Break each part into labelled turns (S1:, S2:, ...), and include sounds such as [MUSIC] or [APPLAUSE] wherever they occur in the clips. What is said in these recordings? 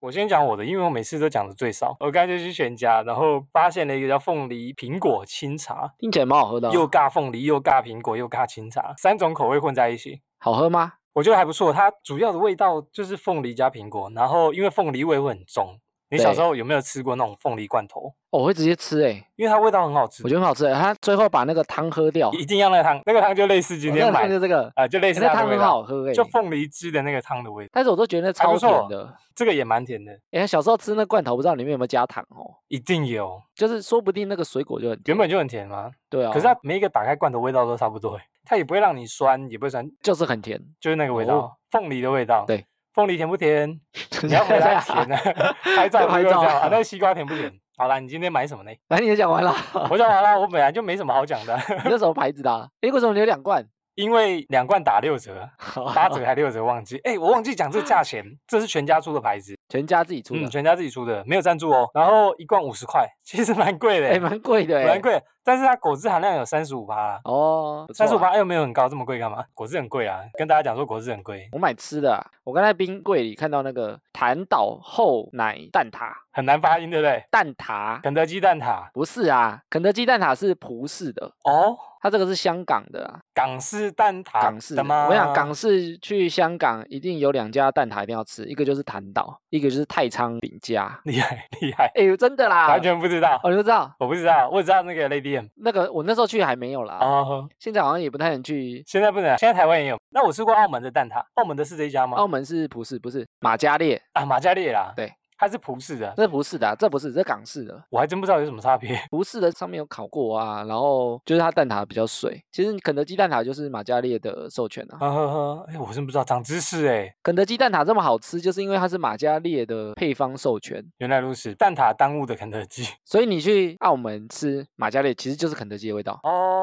S1: 我先讲我的，因为我每次都讲的最少。我刚才就去全家，然后发现了一个叫凤梨苹果清茶，
S2: 听起来蛮好喝的、
S1: 又
S2: 哦，
S1: 尬凤梨，又尬苹果，又尬清茶，三种口味混在一起。
S2: 好喝吗？
S1: 我觉得还不错，它主要的味道就是凤梨加苹果，然后因为凤梨味会很重。你小
S2: 对
S1: 时候有没有吃过那种凤梨罐头？
S2: 哦我会直接吃诶、
S1: 因为它味道很好吃
S2: 我，觉得很好吃、欸。它最后把那个汤喝掉，
S1: 一定要那个汤，那个汤就类似今
S2: 我那
S1: 天
S2: 个
S1: 买
S2: 汤就
S1: 的
S2: 这个，
S1: 啊、就类
S2: 欸
S1: 似
S2: 那
S1: 它
S2: 汤
S1: 的味
S2: 很
S1: 道，
S2: 好喝诶、
S1: 就凤梨汁的那个汤的味道，
S2: 但是我都觉得那超
S1: 不错
S2: 甜的。
S1: 这个也蛮甜的，
S2: 哎、小时候吃那罐头，不知道里面有没有加糖哦？
S1: 一定有，
S2: 就是说不定那个水果就很
S1: 原
S2: 甜
S1: 本就很甜嘛，
S2: 对啊，
S1: 可是它每一个打开罐头味道都差不多欸，它也不会让你酸，也不会酸，
S2: 就是很甜。
S1: 就是那个味
S2: 哦
S1: 道，凤梨的味道。
S2: 对，，
S1: 凤梨甜不甜？你要回答甜啊的
S2: [LAUGHS]
S1: 拍照
S2: 要
S1: 不
S2: 拍
S1: 用
S2: 照
S1: 这样
S2: 啊
S1: 啊。那西瓜甜不甜？好啦，你今天买什么呢？
S2: 来，你也讲
S1: [LAUGHS]
S2: 完了，
S1: 我讲完了，我本来就没什么好讲的，
S2: 你这什么牌子的、啊？哎、为什么你有两罐？
S1: 因为两罐打六折，八折还六折，忘记。哎、我忘记讲这个价钱，这是全家出的牌子，
S2: 全家自己出的
S1: 嗯，，全家自己出的，没有赞助哦。然后一罐五十块，其实蛮贵的、
S2: 哎、蛮贵的、欸，
S1: 蛮。贵的，但是它果汁含量有三十五趴。
S2: 哦，不错
S1: 三十五
S2: 啊
S1: 趴又没有很高，这么贵干嘛？果汁很贵啊，跟大家讲说果汁很贵，
S2: 我买吃的啊、我刚才冰柜里看到那个弹岛厚奶蛋挞，
S1: 很难发音，对不对？
S2: 蛋挞
S1: 肯德基蛋挞
S2: 不是啊，肯德基蛋挞是葡式的，
S1: 哦，
S2: 它这个是香港的啊，
S1: 港式蛋挞
S2: 港式
S1: 的吗？
S2: 我想港式去香港一定有两家蛋挞一定要吃，一个就是弹岛，一个就是太仓饼家。
S1: 厉害厉害，
S2: 哎、呦，真的啦，
S1: 完全不知道，
S2: 我就知道
S1: 我不知道，我只知道那个 Lady M
S2: 那个我那时候去还没有啦，
S1: 哦，
S2: 现在好像也不太能去。
S1: 现在不能，现在台湾也有。那我吃过澳门的蛋挞，澳门的是这一家吗？
S2: 澳门是葡式，不是马加烈，
S1: 啊，马加烈啦，
S2: 对，
S1: 它是葡式的，
S2: 这不是的啊、这不是，这港式的。
S1: 我还真不知道有什么差别。 [LAUGHS]
S2: 葡式的上面有烤过啊，然后就是它蛋挞比较水。其实肯德基蛋挞就是马加烈的授权啊。
S1: 呵呵呵，哎，我真不知道，长知识哎，
S2: 肯德基蛋挞这么好吃，就是因为它是马加烈的配方授权。
S1: 原来如此，蛋挞耽误的肯德基
S2: 所以你去澳门吃马加烈，其实就是肯德基的味道，
S1: 哦。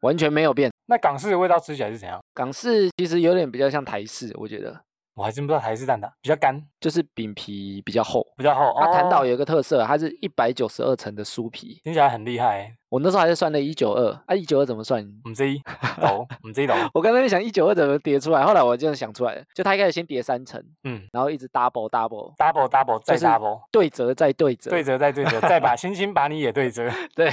S2: 完全没有变。
S1: [LAUGHS] 那港式的味道吃起来是怎样？
S2: 港式其实有点比较像台式，我觉得
S1: 我还真不知道台式蛋挞比较干，
S2: 就是饼皮比较厚。
S1: 比较厚。
S2: 它弹岛
S1: 哦
S2: 有一个特色，它是一百九十二层的酥皮，
S1: 听起来很厉害欸，
S2: 我那时候还在算那一九二啊，一九二怎么算？
S1: 我们
S2: [LAUGHS]
S1: 这一抖，我们这一抖，
S2: 我刚才在想一九二怎么叠出来，后来我这样想出来了，就它一开始先叠三层，
S1: 嗯
S2: 然后一直 double double
S1: ，double double 再
S2: 就是
S1: double，
S2: 对折再对折，
S1: 对折再对折，再把星星把你也对折， [LAUGHS]
S2: 对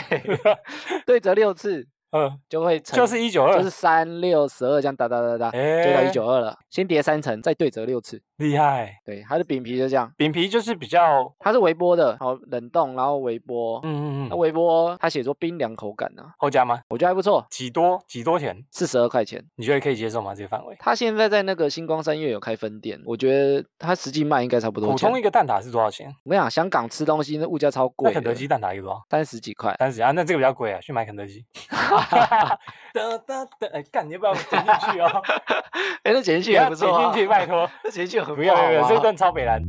S2: 对折六次 [LAUGHS]
S1: 嗯，
S2: 就会乘
S1: 就是一九
S2: 就
S1: 二
S2: 是，三六十二这样哒哒哒哒，就到
S1: 哎
S2: 一九二了。先叠三层，再对折六次，
S1: 厉害。
S2: 对，它的饼皮就这样，
S1: 饼皮就是比较，
S2: 它是微波的，然后冷冻，然后微波。
S1: 嗯嗯
S2: 那
S1: 嗯，
S2: 微波它写说冰凉口感呢、啊，
S1: 后加吗？
S2: 我觉得还不错，
S1: 几多几多钱？
S2: 四十二块钱。
S1: 你觉得可以接受吗？这个范围？
S2: 它现在在那个星光三月有开分店，我觉得它实际卖应该差不多
S1: 普
S2: 钱。
S1: 通一个蛋挞是多少钱？
S2: 我跟你讲，香港吃东西那物价超
S1: 那
S2: 贵的，
S1: 肯德基蛋挞一个多少？
S2: 三十
S1: [LAUGHS]
S2: 几块，
S1: 三十啊，那这个比较贵啊，去买肯德
S2: [LAUGHS]
S1: 基。 [LAUGHS] 得得得，哎，干，你要不要点进去
S2: [LAUGHS]
S1: 哦？
S2: 哎，那钱
S1: 不
S2: 去也
S1: 要
S2: 不
S1: 点
S2: 错、啊，
S1: 进去，拜托，
S2: 那钱去
S1: [LAUGHS]
S2: 很
S1: 不要
S2: 不
S1: 不要，
S2: 好
S1: 这
S2: 啊
S1: 顿超北蓝。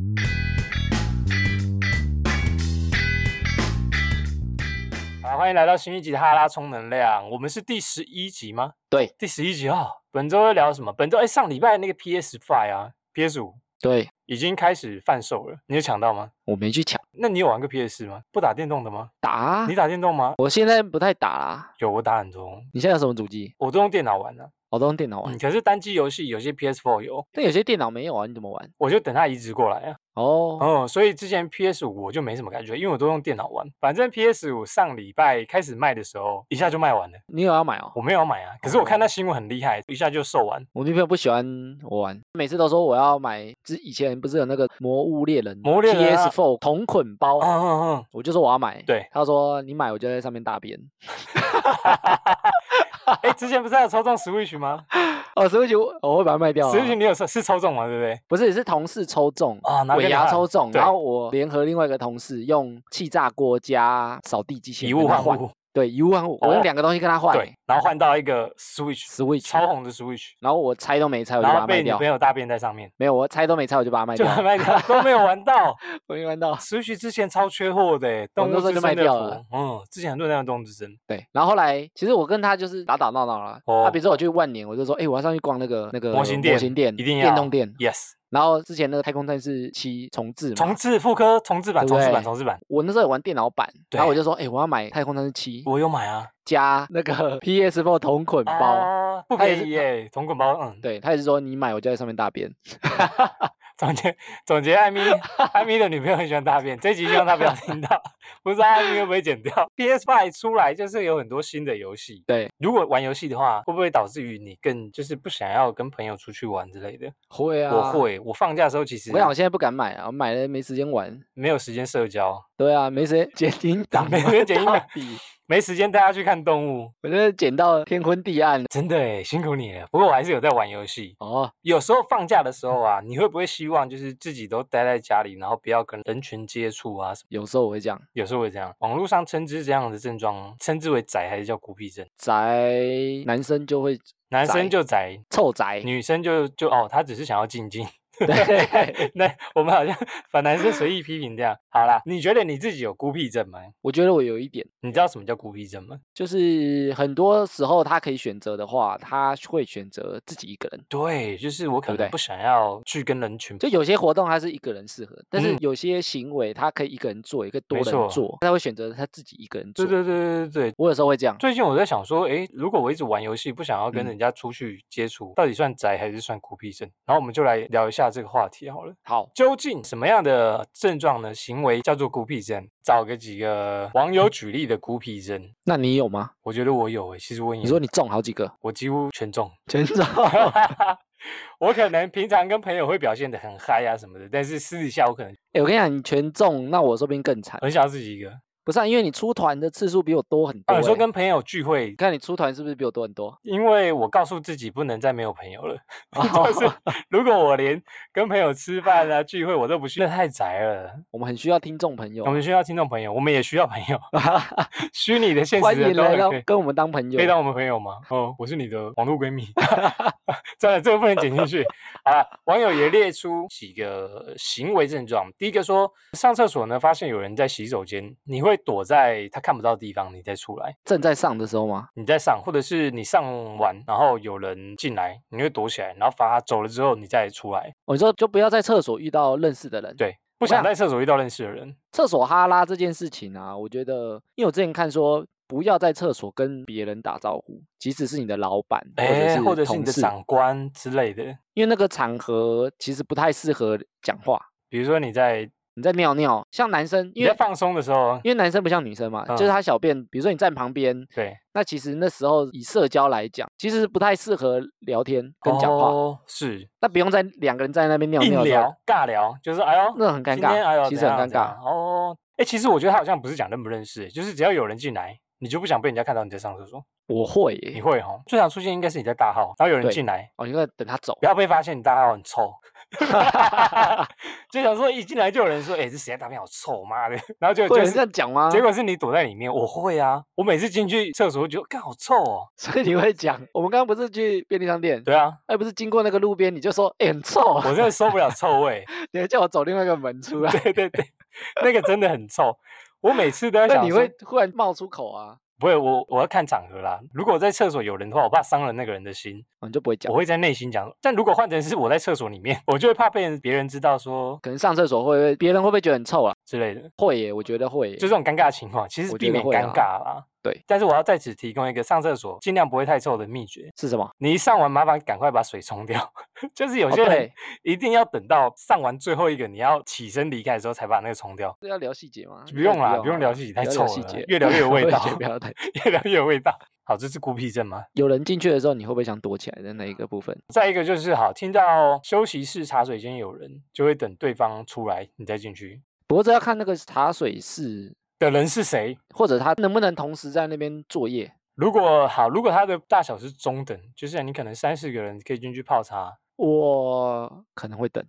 S1: 好，欢迎来到新一集的哈拉充能量，我们是第十一集吗？
S2: 对，
S1: 第十一集哦。本周要聊什么？本周哎，上礼拜那个 PS Five 啊，PS 五
S2: 对
S1: 已经开始贩售了，你有抢到吗？
S2: 我没去抢
S1: 那你有玩过 PS 吗？不打电动的吗？
S2: 打啊
S1: 你，打电动吗？
S2: 我现在不太打啦。
S1: 有，我打很多，
S2: 你现在有什么主机？
S1: 我都用电脑玩的、
S2: 我都用电脑玩
S1: 嗯，，可是单机游戏有些 PS4 有，
S2: 但有些电脑没有啊，你怎么玩？
S1: 我就等它移植过来啊。
S2: 哦，
S1: 哦，所以之前 PS 五我就没什么感觉，因为我都用电脑玩。反正 PS 五上礼拜开始卖的时候，一下就卖完了。
S2: 你有要买哦？
S1: 我没有买啊，可是我看那新闻很厉害，一下就售完。
S2: 我女朋友不喜欢我玩，每次都说我要买，之以前不是有那个《魔物猎人》
S1: 魔物猎人啊
S2: PS4 同捆包，
S1: 嗯嗯嗯，
S2: 我就说我要买，
S1: 对
S2: 她说你买我就在上面大便。
S1: [LAUGHS] 哎，之前不是还有抽中 Switch
S2: [LAUGHS]
S1: 吗
S2: 哦，所以就我会把它卖掉啊。
S1: ？Switch 你有抽是抽中吗？对不对？
S2: 不是，是同事抽中
S1: 啊拿给
S2: 尾
S1: 你
S2: 牙
S1: 换
S2: 抽中，
S1: 对
S2: 然后我联合另外一个同事用气炸锅加扫地机器人
S1: 以物
S2: 跟他
S1: 换物，
S2: 对，一物换物，我
S1: 哦
S2: 用两个东西跟他换、
S1: 对，然后换到一个 Switch
S2: s w i t c
S1: 超红的 Switch，
S2: 然后我猜都没猜，我就
S1: 然
S2: 把
S1: 后
S2: 它卖
S1: 被女
S2: 掉
S1: 朋。友大便在上面，
S2: 没有，我猜都没猜，我就把它卖
S1: 就
S2: 掉。
S1: 把它卖掉，
S2: [LAUGHS]
S1: 都没有玩到。
S2: 我没玩到。
S1: Switch 之前超缺货的欸，
S2: 我
S1: 动
S2: 那
S1: 物
S2: 时候
S1: 之
S2: 就
S1: 声
S2: 卖
S1: 的
S2: 掉
S1: 服
S2: 了
S1: 嗯，之前很多人在用动物之声，
S2: 对，然后后来其实我跟他就是打打闹闹啦。
S1: 哦
S2: 啊，比如说我去万年，我就说，哎、我要上去逛那个那个
S1: 模型店
S2: 模型店，
S1: 一定要
S2: 电动店。
S1: Yes，
S2: 然后之前那个太空战士七重置嘛，
S1: 重置复刻重置版，
S2: 对
S1: 重置
S2: 不
S1: 版，
S2: 对
S1: 重置版，
S2: 我那时候有玩电脑版，然后我
S1: 对
S2: 就说，哎、我要买太空战士七
S1: 我有买啊，
S2: 加那个 [LAUGHS] PS4 同捆包。
S1: 啊不
S2: 它也
S1: 便宜
S2: 是
S1: 耶，同捆包，嗯，
S2: 对他也是说你买我就在上面大便，
S1: 总结总结，
S2: [LAUGHS]
S1: 艾米艾米的女朋友很喜欢大便，这集希望她不要听到，不知道艾米会不会剪掉。PS Five 出来就是有很多新的游戏，
S2: 对，
S1: 如果玩游戏的话，会不会导致于你更就是不想要跟朋友出去玩之类的？
S2: 会啊，
S1: 我。会，我放假的时候其实
S2: 我跟你讲，我现在不敢买啊，我买了没时间玩。
S1: 没有时间社
S2: [LAUGHS]
S1: 交，
S2: 对啊，没时间剪音
S1: [LAUGHS]
S2: 档
S1: 没
S2: 啊，
S1: 时间剪音
S2: 到
S1: 档
S2: 底
S1: 没时间带她去看动物，
S2: 我真的剪到天昏地暗了。
S1: 真的哎，辛苦你了。不过我还是有在玩游戏。
S2: 哦，
S1: 有时候放假的时候啊，你会不会希望就是自己都待在家里，然后不要跟人群接触啊什么？
S2: 有时候我会这样，
S1: 有时候会这样。网络上称之这样的症状，称之为宅还是叫孤僻症？
S2: 宅男生就会
S1: 男
S2: 宅
S1: 生就宅，
S2: 臭宅，
S1: 女生就就哦，她只是想要静静。 [LAUGHS]
S2: 对， [LAUGHS]
S1: 那我们好像把男生随意批评这样。好啦，你觉得你自己有孤僻症吗？
S2: 我觉得我有一点。
S1: 你知道什么叫孤僻症吗？
S2: 就是很多时候他可以选择的话，他会选择自己一个人。
S1: 对，就是我可
S2: 对不
S1: 能
S2: 对
S1: 不想要去跟人群
S2: 就有些活动他是一个人适合，但是
S1: 嗯
S2: 有些行为他可以一个人做，也可以多
S1: 没
S2: 人
S1: 错
S2: 做，他会选择他自己一个人做。
S1: 对对对对对。
S2: 我有时候会这样，
S1: 最近我在想说，诶，如果我一直玩游戏，不想要跟
S2: 嗯
S1: 人家出去接触，到底算宅还是算孤僻症？然后我们就来聊一下这个话题好了。
S2: 好，
S1: 究竟什么样的症状呢？行为叫做孤僻症？找个几个网友举例的孤僻症，
S2: 那你有吗？
S1: 我觉得我有诶、其实我也
S2: 你说你中好
S1: [LAUGHS]
S2: 几个，
S1: 我几乎全中。
S2: 全中。
S1: 我可能平常跟朋友会表现的很嗨啊什么的，但是私底下我可能
S2: 哎、我跟你讲，你全中，那我说不定更惨。
S1: 很想要自己一个。
S2: 不是、啊，因为你出团的次数比我多很多、
S1: 啊，你说
S2: 欸
S1: 跟朋友聚会
S2: 你，看你出团是不是比我多很多？
S1: 因为我告诉自己不能再没有朋友了。 [LAUGHS]
S2: 哦
S1: 就是如果我连跟朋友吃饭啊、聚会我都不去，那太宅了。
S2: 我们很需要听众朋友
S1: 我，们需要听众朋友，我们也需要朋友， [LAUGHS]
S2: [LAUGHS]
S1: 虚拟的、现
S2: 欢
S1: 实的
S2: 迎
S1: 都
S2: 来到
S1: 可以。
S2: 跟我们当朋友
S1: 可以。当我们朋友吗？哦，我是你的网络闺
S2: [LAUGHS]
S1: 蜜。算了，这个不能剪进去。好了，网友也列出几个行为症状。第一个说，上厕所呢，发现有人在洗手间，你会躲在他看不到的地方，你再出来，
S2: 正在上的时候吗？
S1: 你再上，或者是你上完，然后有人进来，你会躲起来，然后罚他走了之后，你再出来。
S2: 我哦说就不要在厕所遇到认识的人。
S1: 对，不
S2: 我
S1: 想
S2: 想
S1: 在厕所遇到认识的人。
S2: 厕所哈拉这件事情啊，我觉得，因为我之前看说，不要在厕所跟别人打招呼，即使是你的老板
S1: 哎，或
S2: 或
S1: 者
S2: 者
S1: 是你
S2: 同
S1: 的
S2: 事，
S1: 长官之类的，
S2: 因为那个场合其实不太适合讲话。
S1: 比如说你在
S2: 你在尿尿，像男生，
S1: 你
S2: 因
S1: 在
S2: 为
S1: 放松的时候，
S2: 因为男生不像女生嘛，就是
S1: 嗯
S2: 他小便，比如说你站旁边，
S1: 对，
S2: 那其实那时候以社交来讲，其实不太适合聊天跟讲话。
S1: 哦是
S2: 那不用在两个人在那边尿
S1: 硬
S2: 尿的时候
S1: 聊尬聊，就是哎呦，
S2: 那很尴
S1: 今天哎
S2: 尬，
S1: 呦，
S2: 其实
S1: 怎
S2: 很
S1: 样
S2: 尴
S1: 怎
S2: 尬
S1: 样。哦。哎、其实我觉得他好像不是讲认不认识，就是只要有人进来，你就不想被人家看到你在上厕所。
S2: 我会
S1: 你
S2: 耶，
S1: 会哦，最常出现应该是你在大号，然后有人
S2: 对
S1: 进来，
S2: 哦，因为等他走
S1: 不，要被发现你大号很臭。 [LAUGHS] 就想说一进来就有人说，哎、这谁在大便好臭，妈的！然 [LAUGHS] 后就
S2: 会有
S1: 就
S2: 人
S1: 是
S2: 这样讲吗？
S1: 结果是你躲在里面，我会啊，我每次进去厕所，我就觉得干好臭哦。
S2: 所以你会
S1: [LAUGHS]
S2: 讲，我们刚刚不是去便利商店，
S1: 对啊，
S2: 哎，不是经过那个路边，你就说，哎，很臭
S1: 我
S2: 啊，
S1: 真的受不了臭味。
S2: [LAUGHS] 你还叫我走另外一个门出 [LAUGHS] 来，
S1: 对对对，那个真的很臭。我每次都在
S2: 那
S1: 想
S2: 你
S1: 说
S2: 会忽然冒出口啊，
S1: 不会，我我要看场合啦。如果在厕所有人的话，我怕伤了那个人的心，
S2: 哦你就不会讲
S1: 我，会在内心讲。但如果换成是我在厕所里面，我就会怕被人别人知道说
S2: 可能上厕所会不会，别人会不会觉得很臭啊？
S1: 之类的，
S2: 会耶，我觉得会耶，
S1: 就这种尴尬的情况，其实
S2: 我
S1: 避
S2: 觉得
S1: 免
S2: 会
S1: 尴
S2: 啊
S1: 尬啦。
S2: 对，
S1: 但是我要在此提供一个上厕所尽量不会太臭的秘诀。
S2: 是什么？
S1: 你一上完，麻烦赶快把水冲掉。 [LAUGHS] 就是有
S2: 哦
S1: 些人
S2: 对
S1: 一定要等到上完最后一个，你要起身离开的时候才把那个冲掉。
S2: 这要聊细节吗？
S1: 不用啦，
S2: 不
S1: 不用
S2: 好
S1: 聊
S2: 了
S1: 细节，太
S2: 不要
S1: 臭
S2: 聊
S1: 了
S2: 细节，
S1: 越聊越有味
S2: [LAUGHS] 我也
S1: 道
S2: 觉得，不要太。
S1: 越聊越有味道。好，这是孤僻症吗？
S2: 有人进去的时候，你会不会想躲起来的那一个部分？
S1: 再一个就是好，听到休息室茶水间有人，就会等对方出来，你再进去。
S2: 不过这要看那个茶水室，
S1: 的人是谁？
S2: 或者他能不能同时在那边作业。
S1: 如果好，如果他的大小是中等，就是你可能三四个人可以进去泡茶，
S2: 我可能会等，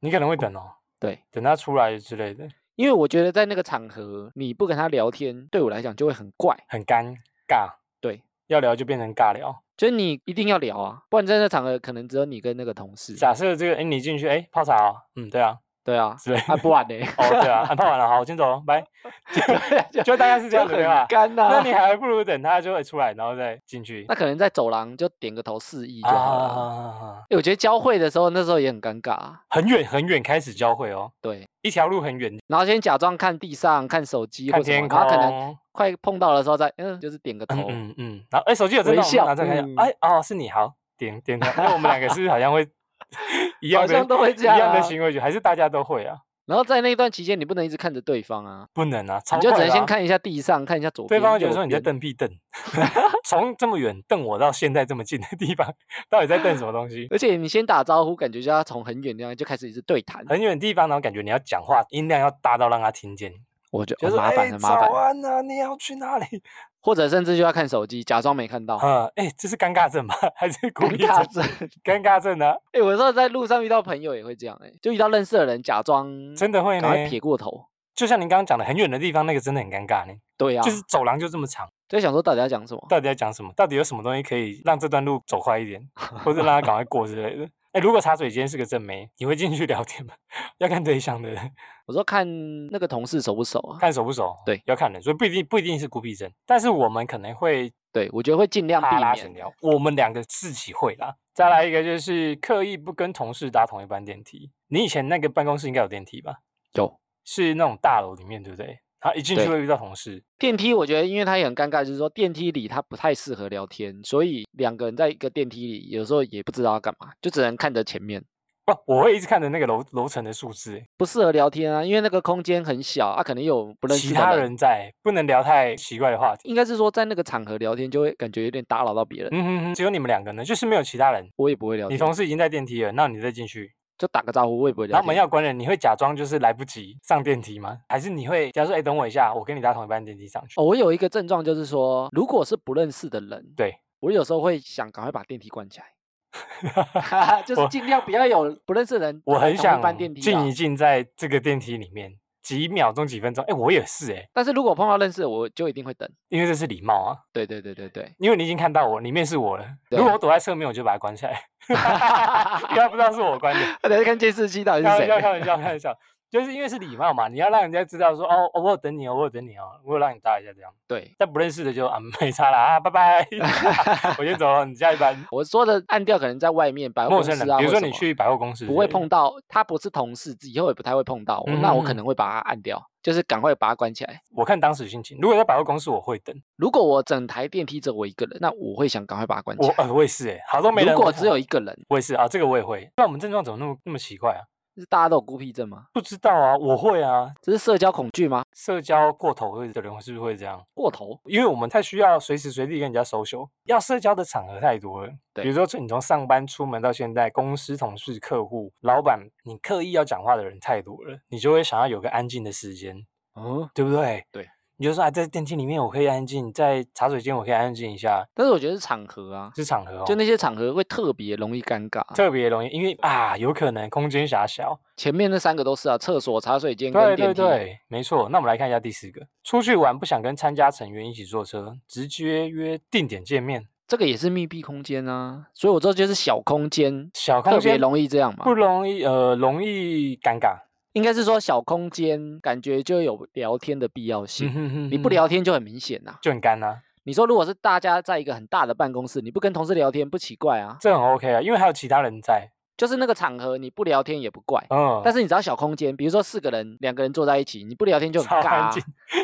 S1: 你可能会等哦，
S2: 对，
S1: 等他出来之类的，
S2: 因为我觉得在那个场合，你不跟他聊天，对我来讲就会很怪。
S1: 很尴尬。
S2: 对，
S1: 要聊就变成尬聊。
S2: 就是你一定要聊啊，不然在那场合可能只有你跟那个同事。
S1: 假设这个，哎，你进去，哎，泡茶哦，嗯，对啊，[LAUGHS]
S2: 对啊，
S1: 之类的。
S2: 啊不然呢？
S1: 哦，对啊，啊泡完了，好，我先走了，拜。
S2: [LAUGHS] 就
S1: 就大概是这样
S2: 就
S1: 子，
S2: 很
S1: 对吧？
S2: 干呐、
S1: 那你还不如等他就会出来，然后再进去
S2: [LAUGHS] 那。可能在走廊就点个头示意就好了啊。
S1: 啊，
S2: 欸我觉得交汇的时候，那时候也很尴尬啊。
S1: 很远很远开始交汇哦，
S2: 对，
S1: 一条路很远，
S2: 然后先假装看地上、看手机
S1: 看
S2: 或什
S1: 天
S2: 么，
S1: 空
S2: 然后可能哦快碰到的时候再嗯，就是点个头。
S1: 嗯嗯嗯，然后哎，手机有震
S2: 微
S1: 动，我们拿
S2: 笑
S1: 出来看一下，
S2: 嗯
S1: 哎哦，是你好，点点头，因为我们两个是不是好像会 [LAUGHS] 一样
S2: 好
S1: 的
S2: 像都会
S1: 一
S2: 这样
S1: 样的
S2: 啊
S1: 行为举止，还是大家都会啊？
S2: 然后在那段期间，你不能一直看着对方啊，
S1: 不能啊，超
S2: 你就只
S1: 快
S2: 能
S1: 的
S2: 先
S1: 啊
S2: 看一下地上，看一下左
S1: 对
S2: 边。
S1: 方会觉得
S2: 右
S1: 说你在
S2: 边
S1: 瞪屁瞪， [LAUGHS] 从这么远瞪我到现在这么近的地方，到底在瞪什么东西？
S2: 而且你先打招呼，感觉就要从很远地方就开始一直对谈，
S1: 很远的地方，然后感觉你要讲话音量要大到让他听见，
S2: 我觉得、
S1: 就
S2: 哦
S1: 是
S2: 麻
S1: 哎
S2: 烦很麻烦
S1: 早，安啊，你要去哪里？
S2: 或者甚至就要看手机，假装没看到，
S1: 啊，哎，这是尴尬症吗？ [LAUGHS] 还是孤
S2: 哦尴
S1: 立症？
S2: 尬症。
S1: 尴尬症啊，
S2: 哎、我有时候在路上遇到朋友也会这样、欸，哎，就遇到认识的人，假装
S1: 真的会
S2: 嗯赶
S1: 呢。
S2: 快撇过头。
S1: 就像您刚刚讲的，很远的地方，那个真的很尴尬呢。
S2: 对呀、啊，
S1: 就是走廊就这么长，
S2: 在想说到底要讲什么。
S1: 到底在讲什么？到底有什么东西可以让这段路走快一点，或者让他赶快过之类的？ [LAUGHS] 哎，如果茶水间是个正妹，你会进去聊天吗？ [LAUGHS] 要看对象的人。
S2: 我说看那个同事熟不熟啊？
S1: 看熟不熟，
S2: 对
S1: 要看人，所以不一定不一定是孤僻症，但是我们可能会
S2: 对，我觉得会尽量
S1: 哈拉
S2: 避
S1: 闲
S2: 免。嗯
S1: 聊，我们两个自己会啦。再来一个就是刻意不跟同事搭同一班电梯。你以前那个办公室应该有电梯吧？
S2: 有
S1: 是那种大楼里面，对不对？然后一进去
S2: 对
S1: 会遇到同事，
S2: 电梯，我觉得因为它也很尴尬，就是说电梯里它不太适合聊天，所以两个人在一个电梯里，有时候也不知道要干嘛，就只能看着前面，
S1: 哦，我会一直看着那个楼楼层的数字，欸
S2: 不适合聊天啊，因为那个空间很小啊，可能有不认识
S1: 其
S2: 的
S1: 他人在，不能聊太奇怪的话题。
S2: 应该是说在那个场合聊天就会感觉有点打扰到别人，
S1: 嗯哼哼，只有你们两个呢，就是没有其他人。
S2: 我也不会聊
S1: 你
S2: 天，
S1: 同事已经在电梯了，那你再进去，
S2: 就打个招呼，我也不会聊
S1: 然
S2: 天。
S1: 后门要关了，你会假装就是来不及上电梯吗？还是你会假如说，哎、等我一下，我跟你搭同一班电梯上去？
S2: 哦，我有一个症状就是说，如果是不认识的人，
S1: 对
S2: 我有时候会想赶快把电梯关
S1: [LAUGHS]
S2: 起来，就是
S1: 我
S2: 尽量不要有不认识的人。
S1: 我很想
S2: 搬电梯啊啦
S1: 静一静在这个电梯里面几秒钟、几分钟。哎、我也是哎、
S2: 但是如果碰到认识的，我就一定会等。
S1: 因为这是礼貌啊，
S2: 对对对
S1: [LAUGHS]
S2: 对对， [LAUGHS]
S1: 因为你已经看到我，里面是我了。
S2: 对
S1: 如果我躲在侧面，我就把它关起来， [LAUGHS] 因为他不知道是我关
S2: [LAUGHS]
S1: 的。
S2: 大家看监视器到底
S1: 开玩
S2: 是谁
S1: 笑，？开玩笑，开玩笑，就是因为是礼貌嘛，你要让人家知道说，哦，哦我有等你哦，我有等你哦，我有让你搭一下这样。
S2: 对，
S1: 但不认识的就啊，没差啦啊，拜拜， [LAUGHS] 我先走了，你下一
S2: [LAUGHS]
S1: 班。
S2: 我说的按调可能在外面百货
S1: 陌
S2: 公
S1: 生
S2: 司
S1: 人，
S2: 啊，
S1: 比如
S2: 或
S1: 说
S2: 什
S1: 你
S2: 么
S1: 去百货公司之类的，
S2: 不会碰到，他不是同事，以后也不太会碰到我，那我可
S1: 嗯
S2: 能会把它按掉，就是赶快把它关起来。
S1: 我看当时心情，如果在百货公司，我会等。
S2: 如果我整台电梯只有我一个人，那我会想赶快把它关起
S1: 我
S2: 来。
S1: 呃，我也是哎，好多没人。
S2: 如果
S1: 我
S2: 只有一个人，
S1: 我也是啊，这个我也会。那我们症状怎么那么那么奇怪啊？
S2: 是大家都有孤僻症吗？
S1: 不知道啊，我会啊。
S2: 这是社交恐惧吗？
S1: 社交过头会的人是不是会这样？
S2: 过头？
S1: 因为我们太需要随时随地跟人家 social，要社交的场合太多了。
S2: 对
S1: 比如说你从上班出门到现在，公司同事、客户、老板，你刻意要讲话的人太多了，你就会想要有个安静的时间，
S2: 嗯，
S1: 对不对？
S2: 对。
S1: 你就说啊，在电梯里面我可以安静，在茶水间我可以安静一下，
S2: 但是我觉得是场合啊，
S1: 是场合哦，
S2: 就那些场合会特别容易尴尬。
S1: 特别容易，因为啊，有可能空间狭小，
S2: 前面那三个都是啊，厕所、茶水间跟
S1: 对
S2: 电
S1: 对
S2: 梯。啊
S1: 对，没错。那我们来看一下第四个，出去玩不想跟参加成员一起坐车，直接约定点见面，
S2: 这个也是密闭空间啊，所以我这就是小空间，
S1: 小空
S2: 特别
S1: 间
S2: 容易这样嘛
S1: 不。容易，呃，容易尴尬。
S2: 应该是说小空间感觉就有聊天的必要
S1: 嗯
S2: 性，你
S1: 你
S2: 不聊天就很明显呐、
S1: 就很干啊，
S2: 你说如果是大家在一个很大的办公室，你不跟同事聊天不奇怪啊，
S1: 这很 OK 啊，因为还有其他人在，
S2: 就是那个场合你不聊天也不怪。
S1: 嗯，
S2: 但
S1: 是
S2: 是你只要小空间，比如说四个人、两个人坐在一起，你不聊天就很
S1: 超
S2: 尬、啊
S1: 安静。，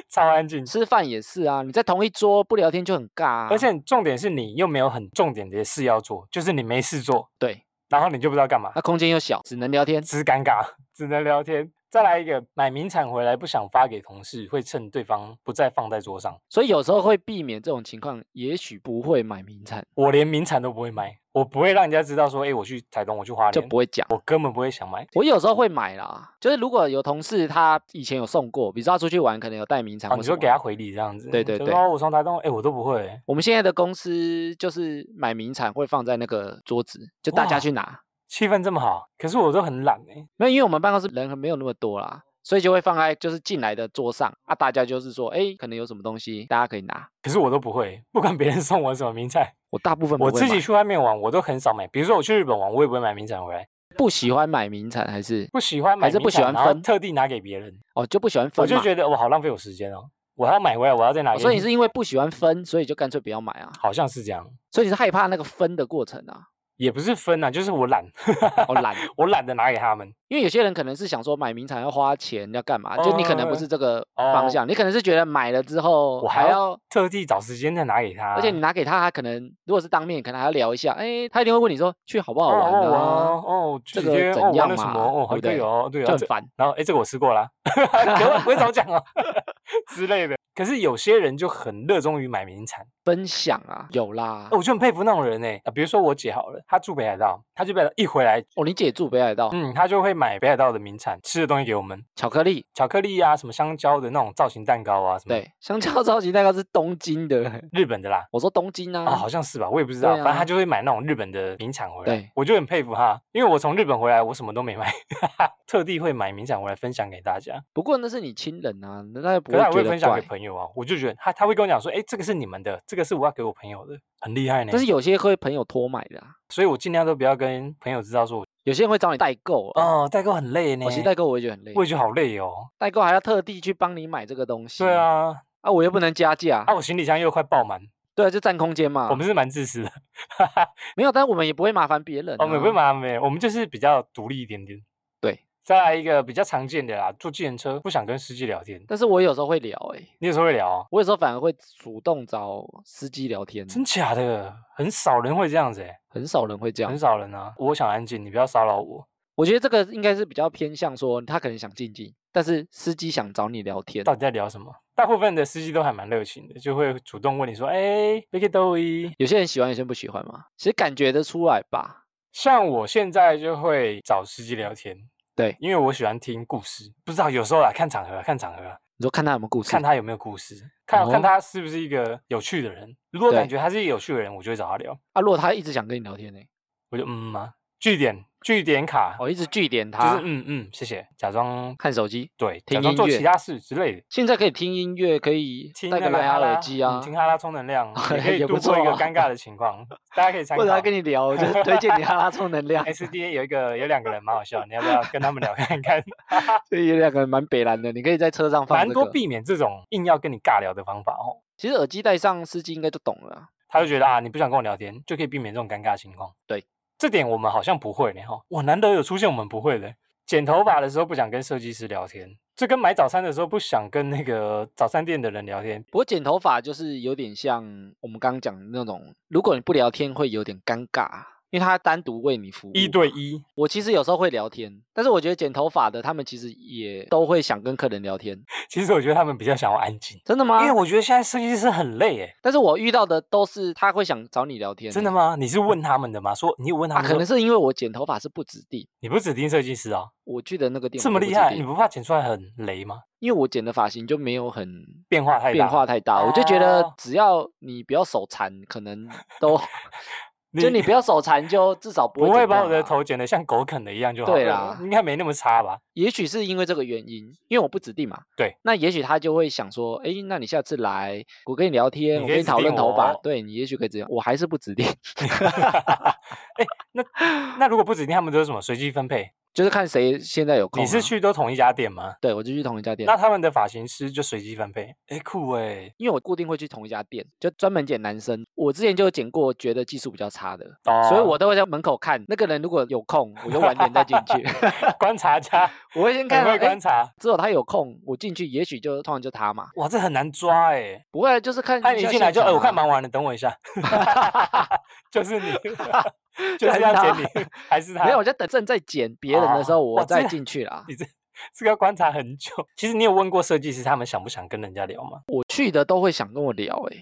S1: 超安静。
S2: 吃饭也是啊，你在同一桌不聊天就很尬、啊。
S1: 而且重点是你又没有很重点的事要做，就是你没事做，
S2: 对，
S1: 然后你就不知道干嘛
S2: 那，空间又小，只能聊天。
S1: 只尴尬， [LAUGHS] 只能聊天。再来一个，买名产回来不想发给同事，会趁对方不再放在桌上。
S2: 所以有时候会避免这种情况，也许不会买名产，
S1: 我连名产都不会买，我不会让人家知道说，哎、我去台东，我去花
S2: 就
S1: 莲
S2: 不，会讲。
S1: 我根本不会想买。
S2: 我有时候会买啦，就是如果有同事他以前有送过，比如说他出去玩可能有带名产
S1: 哦，
S2: 或
S1: 你
S2: 什么
S1: 说
S2: 的，
S1: 给他回礼这样子，
S2: 对对
S1: 就
S2: 对
S1: 说哦我从台东，哎、我都不会、
S2: 我们现在的公司就是买名产会放在那个桌子，就大
S1: 哇
S2: 家去拿。
S1: 气氛这么好，可是我都很懒哎、
S2: 没有，因为我们办公室人没有那么多啦，所以就会放在就是进来的桌上啊，大家就是说，哎，可能有什么东西大家可以拿。
S1: 可是我都不会，不管别人送我什么名产，
S2: 我大部分不
S1: 我
S2: 会
S1: 自
S2: 买
S1: 己去外面玩，我都很少买。比如说我去日本玩，我也不会买名产回来，
S2: 不喜欢买名产还是
S1: 不喜欢买
S2: 还是
S1: 名
S2: 不喜
S1: 产
S2: 欢
S1: 然后
S2: 分
S1: 特地拿给别人，
S2: 哦就不喜欢分
S1: 我
S2: 嘛，
S1: 就觉得我好浪费我时间哦。我还要买回来，我要再拿
S2: 哦
S1: 给
S2: 所以你是因为不喜欢分，所以就干脆不要买啊，
S1: 好像是这样，
S2: 所以你是害怕那个分的过程啊，
S1: 也不是分啊，就是我懒，
S2: 我
S1: [LAUGHS]
S2: 懒，
S1: 我懒得拿给他们。
S2: 因为有些人可能是想说买名产要花钱要干嘛，就你可能不是这个方向，你可能是觉得买了之后
S1: 嗯哦我
S2: 还
S1: 还
S2: 要
S1: 要。特地找时间再拿给他，
S2: 而且你拿给他，他可能如果是当面，可能还要聊一下，哎，他一定会问你说去好不好
S1: 哦
S2: 玩
S1: 哦玩
S2: 啊？
S1: 哦哦，
S2: 这
S1: 这
S2: 个
S1: 天
S2: 怎
S1: 哦玩
S2: 样
S1: 了什么
S2: 嘛
S1: 哦，
S2: 对
S1: 好
S2: 不对
S1: 对哦，对
S2: 就
S1: 哦，
S2: 很
S1: 这
S2: 烦。
S1: 然后哎，这个我吃过啦，
S2: [LAUGHS]
S1: 可我不会早讲哦之类的。可是有些人就很热衷于买名产，
S2: 分享啊，有啦
S1: 哎。我就很佩服那种人哎、啊比如说我姐好了，她住北海道，她就北海道一回来，
S2: 哦，你姐住北海道，
S1: 嗯，她就会买北海道的名产吃的东西给我们，
S2: 巧克力，
S1: 巧克力啊，什么香蕉的那种造型蛋糕啊，什么
S2: 对，香蕉超级蛋糕是东京的， [LAUGHS]
S1: 日本的啦。
S2: 我说东京啊，
S1: 啊、好像是吧，我也不知
S2: 对
S1: 道，反正
S2: 啊
S1: 她就会买那种日本的名产回
S2: 对
S1: 来，我就很佩服她，因为我从日本回来，我什么都没买， [LAUGHS] 特地会买名产回来分享给大家。
S2: 不过那是你亲人啊，那他又不
S1: 可是还
S2: 会觉
S1: 会
S2: 得
S1: 分享给
S2: 怪。
S1: 朋友啊，我就觉得他他会跟我讲说，哎、这个是你们的，这个是我要给我朋友的，很厉害呢。
S2: 但是有些会朋友托买的、啊，
S1: 所以我尽量都不要跟朋友知道说我，
S2: 有些人会找你代购啊、
S1: 哦，代购很累呢，
S2: 哦我其实代购我也觉得很累，
S1: 我也觉得好累哦。
S2: 代购还要特地去帮你买这个东西。
S1: 对，啊，
S2: 啊我又不能加价，
S1: 啊，我行李箱又快爆满，
S2: 对啊，就占空间嘛。
S1: 我们是蛮自私的，
S2: 没有，但我们也不会麻烦别人、啊。
S1: 哦我们不会。麻烦别人，我们就是比较独立一点点。
S2: 对，
S1: 再来一个比较常见的啦，坐计程车不想跟司机聊天，
S2: 但是我有时候会聊、欸，
S1: 你有时候会聊、哦，
S2: 我有时候反而会主动找司机聊天，
S1: 真假的，很少人会这样子、欸，
S2: 很少人会这样
S1: 很。少人啊。我想安静，你不要骚扰我，
S2: 我觉得这个应该是比较偏向说他可能想静静，但是司机想找你聊天。
S1: 到底在聊什么？大部分的司机都还蛮热情的，就会主动问你说：“哎、b i g d o y
S2: 有些人喜欢，有些人不喜欢嘛，其实感觉得出来吧。
S1: 像我现在就会找司机聊天，
S2: 对
S1: 因为我喜欢听故事。不知道有时候啊，看场合啊，看场合啊，
S2: 你说看他有没有故事，
S1: 看他有没有故事，看、
S2: 哦
S1: 看他是不是一个有趣的人。如果感
S2: 对
S1: 觉他是一个有趣的人，我就会找他聊。
S2: 啊，如果他一直想跟你聊天呢、
S1: 我就嗯啊，据点据点卡，
S2: 我、一直据点
S1: 就
S2: 他，
S1: 是嗯嗯，谢谢，假装
S2: 哦啊看手机。
S1: 对，
S2: 听
S1: 假装
S2: 音
S1: 做
S2: 乐
S1: 其他事之类的。
S2: 现在可以听音乐，可以
S1: 听
S2: 戴
S1: 那
S2: 个
S1: 个
S2: 蓝牙
S1: 哈拉
S2: 耳机啊，
S1: 嗯，听哈拉充能量
S2: [LAUGHS]
S1: 也可以
S2: 也不
S1: 度过一个
S2: 错啊
S1: 尴尬的情况，大家可以参考。
S2: 或者他跟你聊，就是推荐你哈拉充
S1: [LAUGHS]
S2: 能量。
S1: S D A 有一个有两个人蛮好笑，你要不要跟他们聊看看？
S2: 所以有两个人蛮北蓝的，你可以在车 [LAUGHS] 上放、这
S1: 蛮
S2: 个。
S1: 多避免这种硬要跟你尬聊的方法哦。
S2: 其实耳机戴上，司机应该就懂了啊。
S1: 他就觉得啊，你不想跟我聊天，就可以避免这种尴尬情况。
S2: 对，
S1: 这点我们好像不会呢哈。我难得有出现我们不会的，剪头发的时候不想跟设计师聊天，这跟买早餐的时候不想跟那个早餐店的人聊天。
S2: 不过剪头发就是有点像我们刚刚讲的那种，如果你不聊天会有点尴尬，啊因为他单独为你服务。
S1: 一对。一，
S2: 我其实有时候会聊天，但是我觉得剪头发的他们其实也都会想跟客人聊天，
S1: 其实我觉得他们比较想要安静，
S2: 真的吗
S1: 因？为我觉得现在设计师很累诶。
S2: 但是我遇到的都是他会想找你聊天欸，
S1: 真的吗？你是问他们的吗？说你有问他
S2: 啊，
S1: 们说、
S2: 可能是因为我剪头发是不指定，
S1: 你不指定设计师啊、
S2: 我去的那个店
S1: 这
S2: 我
S1: 么
S2: 都不
S1: 厉
S2: 指
S1: 害，
S2: 定
S1: 你不怕剪出来很雷吗？
S2: 因为我剪的发型就没有很
S1: 变化太大，
S2: 变化太大，我就觉得
S1: 哦
S2: 只要你不要手残，可能
S1: [LAUGHS]
S2: 都就你不要手残，就至少
S1: 不
S2: 不会
S1: 会
S2: 剪啊
S1: 把
S2: 到
S1: 我的
S2: 啦
S1: 头剪得像狗啃的一样就好了。
S2: 对啦
S1: 应该没那么差吧？
S2: 也许是因为这个原因，因为我不指定嘛。
S1: 对，
S2: 那也许他就会想说，哎，那你下次来，我跟你聊天，
S1: 你可
S2: 我跟
S1: 以
S2: 你
S1: 指
S2: 讨论
S1: 定
S2: 头发
S1: 我，
S2: 对你也许可以这样，我还是不指定， [LAUGHS]
S1: 那那如果不指定，他们都是什么随机分配？
S2: 就是看谁现在有空、啊
S1: 你是？去都同一家店吗？
S2: 对，我就去同一家店
S1: 那，他们的发型师就随机分配，哎酷哎、
S2: 因为我固定会去同一家店，就专门剪男生。我之前就有剪过，觉得技术比较差的。
S1: 哦
S2: 所以 [LAUGHS] 我都会在门口看那个人，如果有空，我就晚点再进去。
S1: [LAUGHS] 观察家
S2: 我会先看
S1: 很
S2: 到，
S1: 会
S2: 哎
S1: 观，察，
S2: 只有他有空，我进去，也许就通常就他嘛。
S1: 哇，这很难抓哎、欸。
S2: 不会，就是看一下
S1: 哎，你
S2: 现场啊。
S1: 进来就，哎、我看忙完了，等我一下， [LAUGHS] 就是
S2: [LAUGHS]
S1: 你，就是要
S2: 他
S1: 剪
S2: [LAUGHS]
S1: 你，还是他？
S2: 啊
S1: [LAUGHS]
S2: 没有，我在等正在剪别人的时候，
S1: 哦
S2: 我
S1: 哇这
S2: 再
S1: 个
S2: 进去啦。
S1: 你这这个要观察很久。其实你有问过设计师他们想不想跟人家聊吗？
S2: 我去的都会想跟我聊、欸，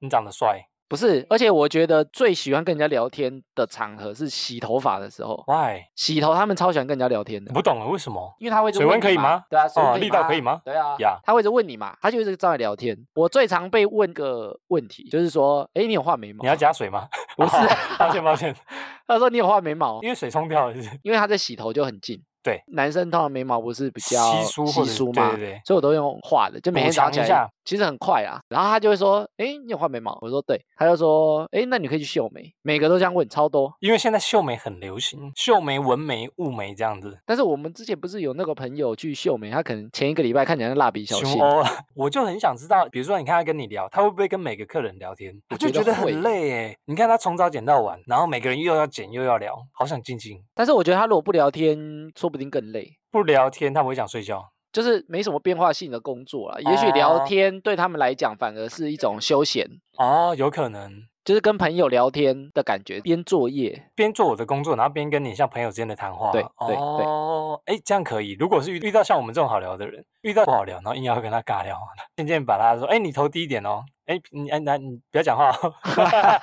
S1: 你长得帅
S2: 不是，而且我觉得最喜欢跟人家聊天的场合是洗头发的时候，
S1: ，why？
S2: 洗头他们超喜欢跟人家聊天的
S1: 我，不懂了，为什么？
S2: 因为他会一直
S1: 水
S2: 问
S1: 温
S2: 你
S1: 可以
S2: 嘛
S1: 吗
S2: 对啊，水温
S1: 哦力道可以吗
S2: 对啊
S1: 呀
S2: 他会一直问你嘛，他就一直找你聊天。我最常被问个问题，就是说，哎，你有画眉毛？
S1: 你要？哦加水吗？ [LAUGHS]
S2: 不是
S1: 抱歉抱歉，
S2: 他说你有画眉毛，
S1: 因为水冲掉了是不是。
S2: 因为他在洗头就很近。
S1: 对，
S2: 男生通常眉毛不是比
S1: 稀
S2: 较
S1: 疏或者是
S2: 嘛，
S1: 对对对
S2: 所以我都用画的，就每
S1: 补
S2: 天早
S1: 强
S2: 上起
S1: 一
S2: 来
S1: 下，
S2: 其实很快啊。然后他就会说，哎，你有画眉毛？我说对，他就说，哎，那你可以去秀眉，每个都这样问，超多。
S1: 因为现在秀眉很流行，秀眉、纹眉、雾眉这样子。
S2: 但是我们之前不是有那个朋友去秀眉，他可能前一个礼拜看起来像蜡笔小
S1: 熊
S2: 新，
S1: 欧啊， [LAUGHS] 我就很想知道，比如说你看他跟你聊，他会不会跟每个客人聊天？
S2: 我
S1: 我就
S2: 觉
S1: 觉
S2: 得
S1: 得
S2: 会
S1: 很累诶。你看他从早剪到晚，然后每个人又要剪又要聊，好想静静
S2: 但是我觉得他如果不聊天，说不定更累。
S1: 不聊天，他们会想睡觉。
S2: 就是没什么变化性的工作啦，也许聊
S1: 哦
S2: 天对他们来讲反而是一种休闲，
S1: 哦，有可能
S2: 就是跟朋友聊天的感觉，边作业
S1: 边做我的工作，然后边跟你像朋友之间的谈话。啊
S2: 对对对
S1: 哦，哎，这样可以。如果是遇遇到像我们这种好聊的人，遇到不好聊，然后硬要跟他尬聊，渐渐把他说，哎，你头低一点哦，哎，你哎，那你不要讲话、哦， [LAUGHS]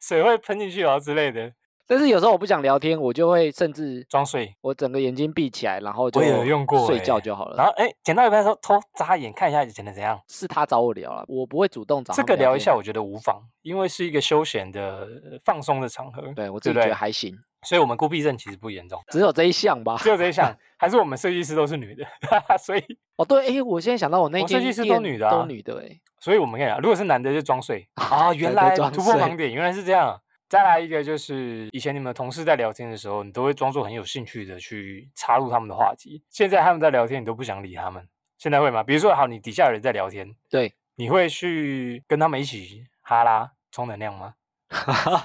S1: 水会喷进去哦之类的，
S2: 但是有时候我不想聊天，我就会甚至
S1: 装睡。
S2: 我整个眼睛闭起来，然后就
S1: 我也有用过
S2: 睡
S1: 欸
S2: 觉就好了。
S1: 然后哎，剪到一半的时候偷眨眼看一下剪的怎样。
S2: 是他找我聊了，我不会主动找
S1: 这
S2: 他
S1: 个
S2: 们
S1: 聊一
S2: 天啊
S1: 下，，我觉得无妨，因为是一个休闲的、呃放松的场合，
S2: 对我自
S1: 对
S2: 己
S1: 不
S2: 觉
S1: 对
S2: 得？还行，
S1: 所以我们孤僻症其实不严重，
S2: 只有这一项吧。
S1: 只有这一
S2: [LAUGHS]
S1: 项，还是我们设计师都是女的， [LAUGHS] 所以
S2: 哦，对，哎，我现在想到我那
S1: 我
S2: 间
S1: 设计师都
S2: 店
S1: 女的
S2: 都
S1: 啊
S2: 女的，哎，
S1: 所以我们可以讲，如果是男的就装
S2: [LAUGHS]
S1: 睡啊，原
S2: 对都
S1: 来
S2: 装
S1: 突破
S2: 睡
S1: 盲点，原来是这样。再来一个就是以前你们同事在聊天的时候，你都会装作很有兴趣的去插入他们的话题，现在他们在聊天，你都不想理他们，现在会吗？比如说好，你底下有人在聊天， [LAUGHS]
S2: 对，
S1: 你会去跟他们一起哈拉充能量吗？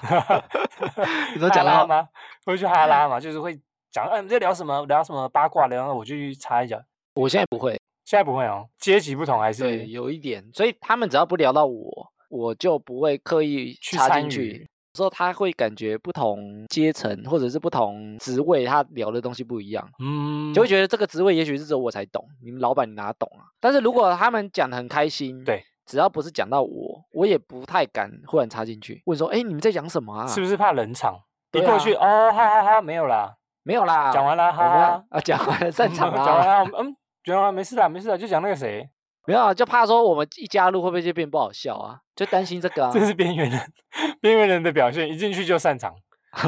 S2: [LAUGHS] 你说
S1: 哈
S2: 讲
S1: 拉
S2: 到
S1: 吗？会去哈拉
S2: [LAUGHS]
S1: 嘛？就是会讲，哎，你们在聊什么？聊什么八卦？然后我就去插一脚。
S2: 我现在不会，
S1: 现在不会哦，阶级不同还
S2: 对，
S1: 是
S2: 有一点，所以他们只要不聊到我，我就不会刻意
S1: 去
S2: 插
S1: 参
S2: 进去
S1: 与。
S2: 有时候他会感觉不同阶层或者是不同职位，他聊的东西不一样，
S1: 嗯，
S2: 就会觉得这个职位也许是只有我才懂，你们老板你哪懂啊？但是如果他们讲的很开心，
S1: 对，
S2: 只要不是讲到我，我也不太敢忽然插进去问说，哎，你们在讲什么啊？
S1: 是不是怕冷场？你
S2: 对
S1: 过
S2: 啊
S1: 去哦，哈哈哈，没有啦，
S2: 没有啦，
S1: 讲完啦，
S2: 我
S1: 哈
S2: 们要
S1: 哈，
S2: 啊，讲完了啊散
S1: [LAUGHS]
S2: 场
S1: 讲完
S2: 啦，
S1: 啦，嗯，讲完没事啦，没事啦，就讲那个谁，
S2: 没有啊，就怕说我们一加入会不会就变不好笑啊？就担心这个 [LAUGHS]
S1: [LAUGHS]
S2: 啊。
S1: 这是边缘人，边缘人的表现，一进去就散
S2: [LAUGHS]
S1: 场。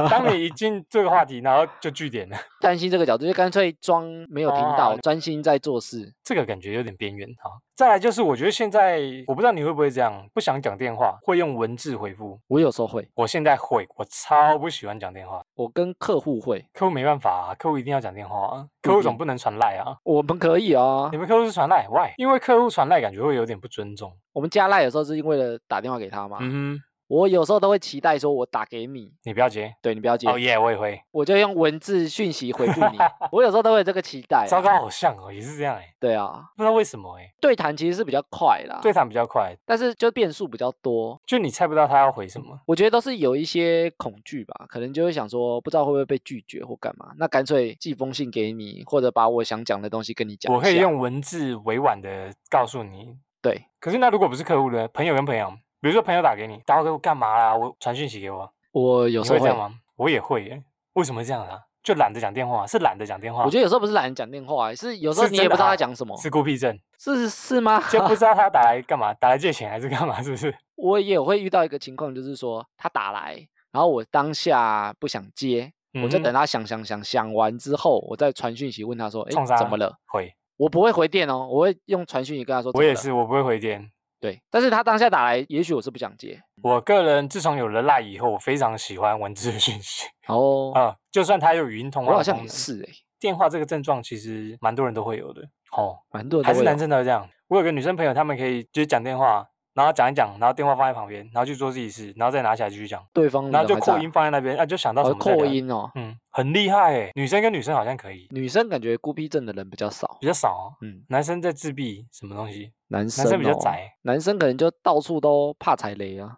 S1: 当你一进这个话题，然后就据点了， [LAUGHS]
S2: 担心这个角度，就干脆装没有听
S1: 哦
S2: 到，专心在做事。
S1: 这个感觉有点边缘哈。再来就是，我觉得现在我不知道你会不会这样，不想讲电话，会用文字回复。
S2: 我有时候会，
S1: 我现在会，我超不喜欢讲电话，
S2: 我跟客户会，
S1: 客户没办法、啊，客户一定要讲电话、啊，
S2: 不
S1: 客户
S2: 一
S1: 总
S2: 定
S1: 不能传赖啊。
S2: 我们可以啊
S1: 你。们客户是传赖，why？因为客户传赖感觉会有点不尊重。
S2: 我们加赖有时候是因为了打电话给他嘛，
S1: 嗯哼，
S2: 我有时候都会期待说我打给你，
S1: 你不要接。
S2: 对你不要接，
S1: 哦耶，我也会。
S2: 我就用文字讯息回复
S1: [LAUGHS]
S2: 你。我有时候都会有这个期待啊。
S1: 糟糕，好像哦，也是这样哎，
S2: 对啊，
S1: 不知道为什么哎，
S2: 对谈其实是比较快啦，
S1: 对，谈比较快，
S2: 但是就变数比较多。
S1: 就你猜不到他要回什么。
S2: 我觉得都是有一些恐惧吧，可能就会想说，不知道会不会被拒绝或干嘛，那干脆寄封信给你，或者把我想讲的东西跟你讲一下。
S1: 我可以用文字委婉的告诉你。
S2: 对，
S1: 可是那如果不是客户呢？朋友跟朋友，比如说朋友打给你，打给我干嘛啦？我传讯息给我，
S2: 我有
S1: 你
S2: 时候
S1: 会这样吗？我也会耶。为什么会这样啊？就懒得讲电话，是懒得讲电话。
S2: 我觉得有时候不是懒得讲电话欸，是有时候
S1: 是
S2: 你
S1: 真
S2: 也不
S1: 的
S2: 知道
S1: 啊
S2: 他讲什么，
S1: 是孤僻
S2: [LAUGHS]
S1: 症，
S2: 是是吗？
S1: 就不知道他打来干嘛，打来借钱还是干嘛，是不是？
S2: [LAUGHS] 我也会遇到一个情况，就是说他打来，然后我当下不想接，我
S1: 嗯
S2: 就
S1: 哼
S2: 等他想想想想完之后，我再传讯息问他说，
S1: 冲
S2: 哎，
S1: 杀
S2: 怎么了？
S1: 会，
S2: 我不会回电哦，我会用传讯息跟他说，
S1: 我也，是，我不会回
S2: 嗯
S1: 电。
S2: 对，但是他当下打来，也许我是不想接，
S1: 我个人自从有了赖以后，我非常喜欢文字的讯息
S2: 然后
S1: 啊、就算它有语音通
S2: 哦我
S1: 话
S2: 好
S1: 的功
S2: 像
S1: 能，
S2: 也是哎，
S1: 电话这个症状其实蛮多人都会有的哦，
S2: 蛮多人
S1: 还是
S2: 都会
S1: 男
S2: 有。
S1: 生都会这样。我有个女生朋友，她们可以就是讲电话，然后讲一讲，然后电话放在旁边，然后去做自己事，然后再拿起来继续讲，
S2: 对方
S1: 然后就
S2: 扩
S1: 扩音，放在那边，啊，就想到什
S2: 哦，
S1: 么再
S2: 扩
S1: 聊，
S2: 音哦，
S1: 嗯，很厉害诶，女生跟女生好像可以，
S2: 女生感觉孤僻症的人比较少，
S1: 比较少哦、
S2: 嗯，
S1: 男生在自闭什么东西？
S2: 男生
S1: 男生比较
S2: 哦
S1: 宅，
S2: 男生可能就到处都怕踩
S1: [LAUGHS]
S2: 雷啊。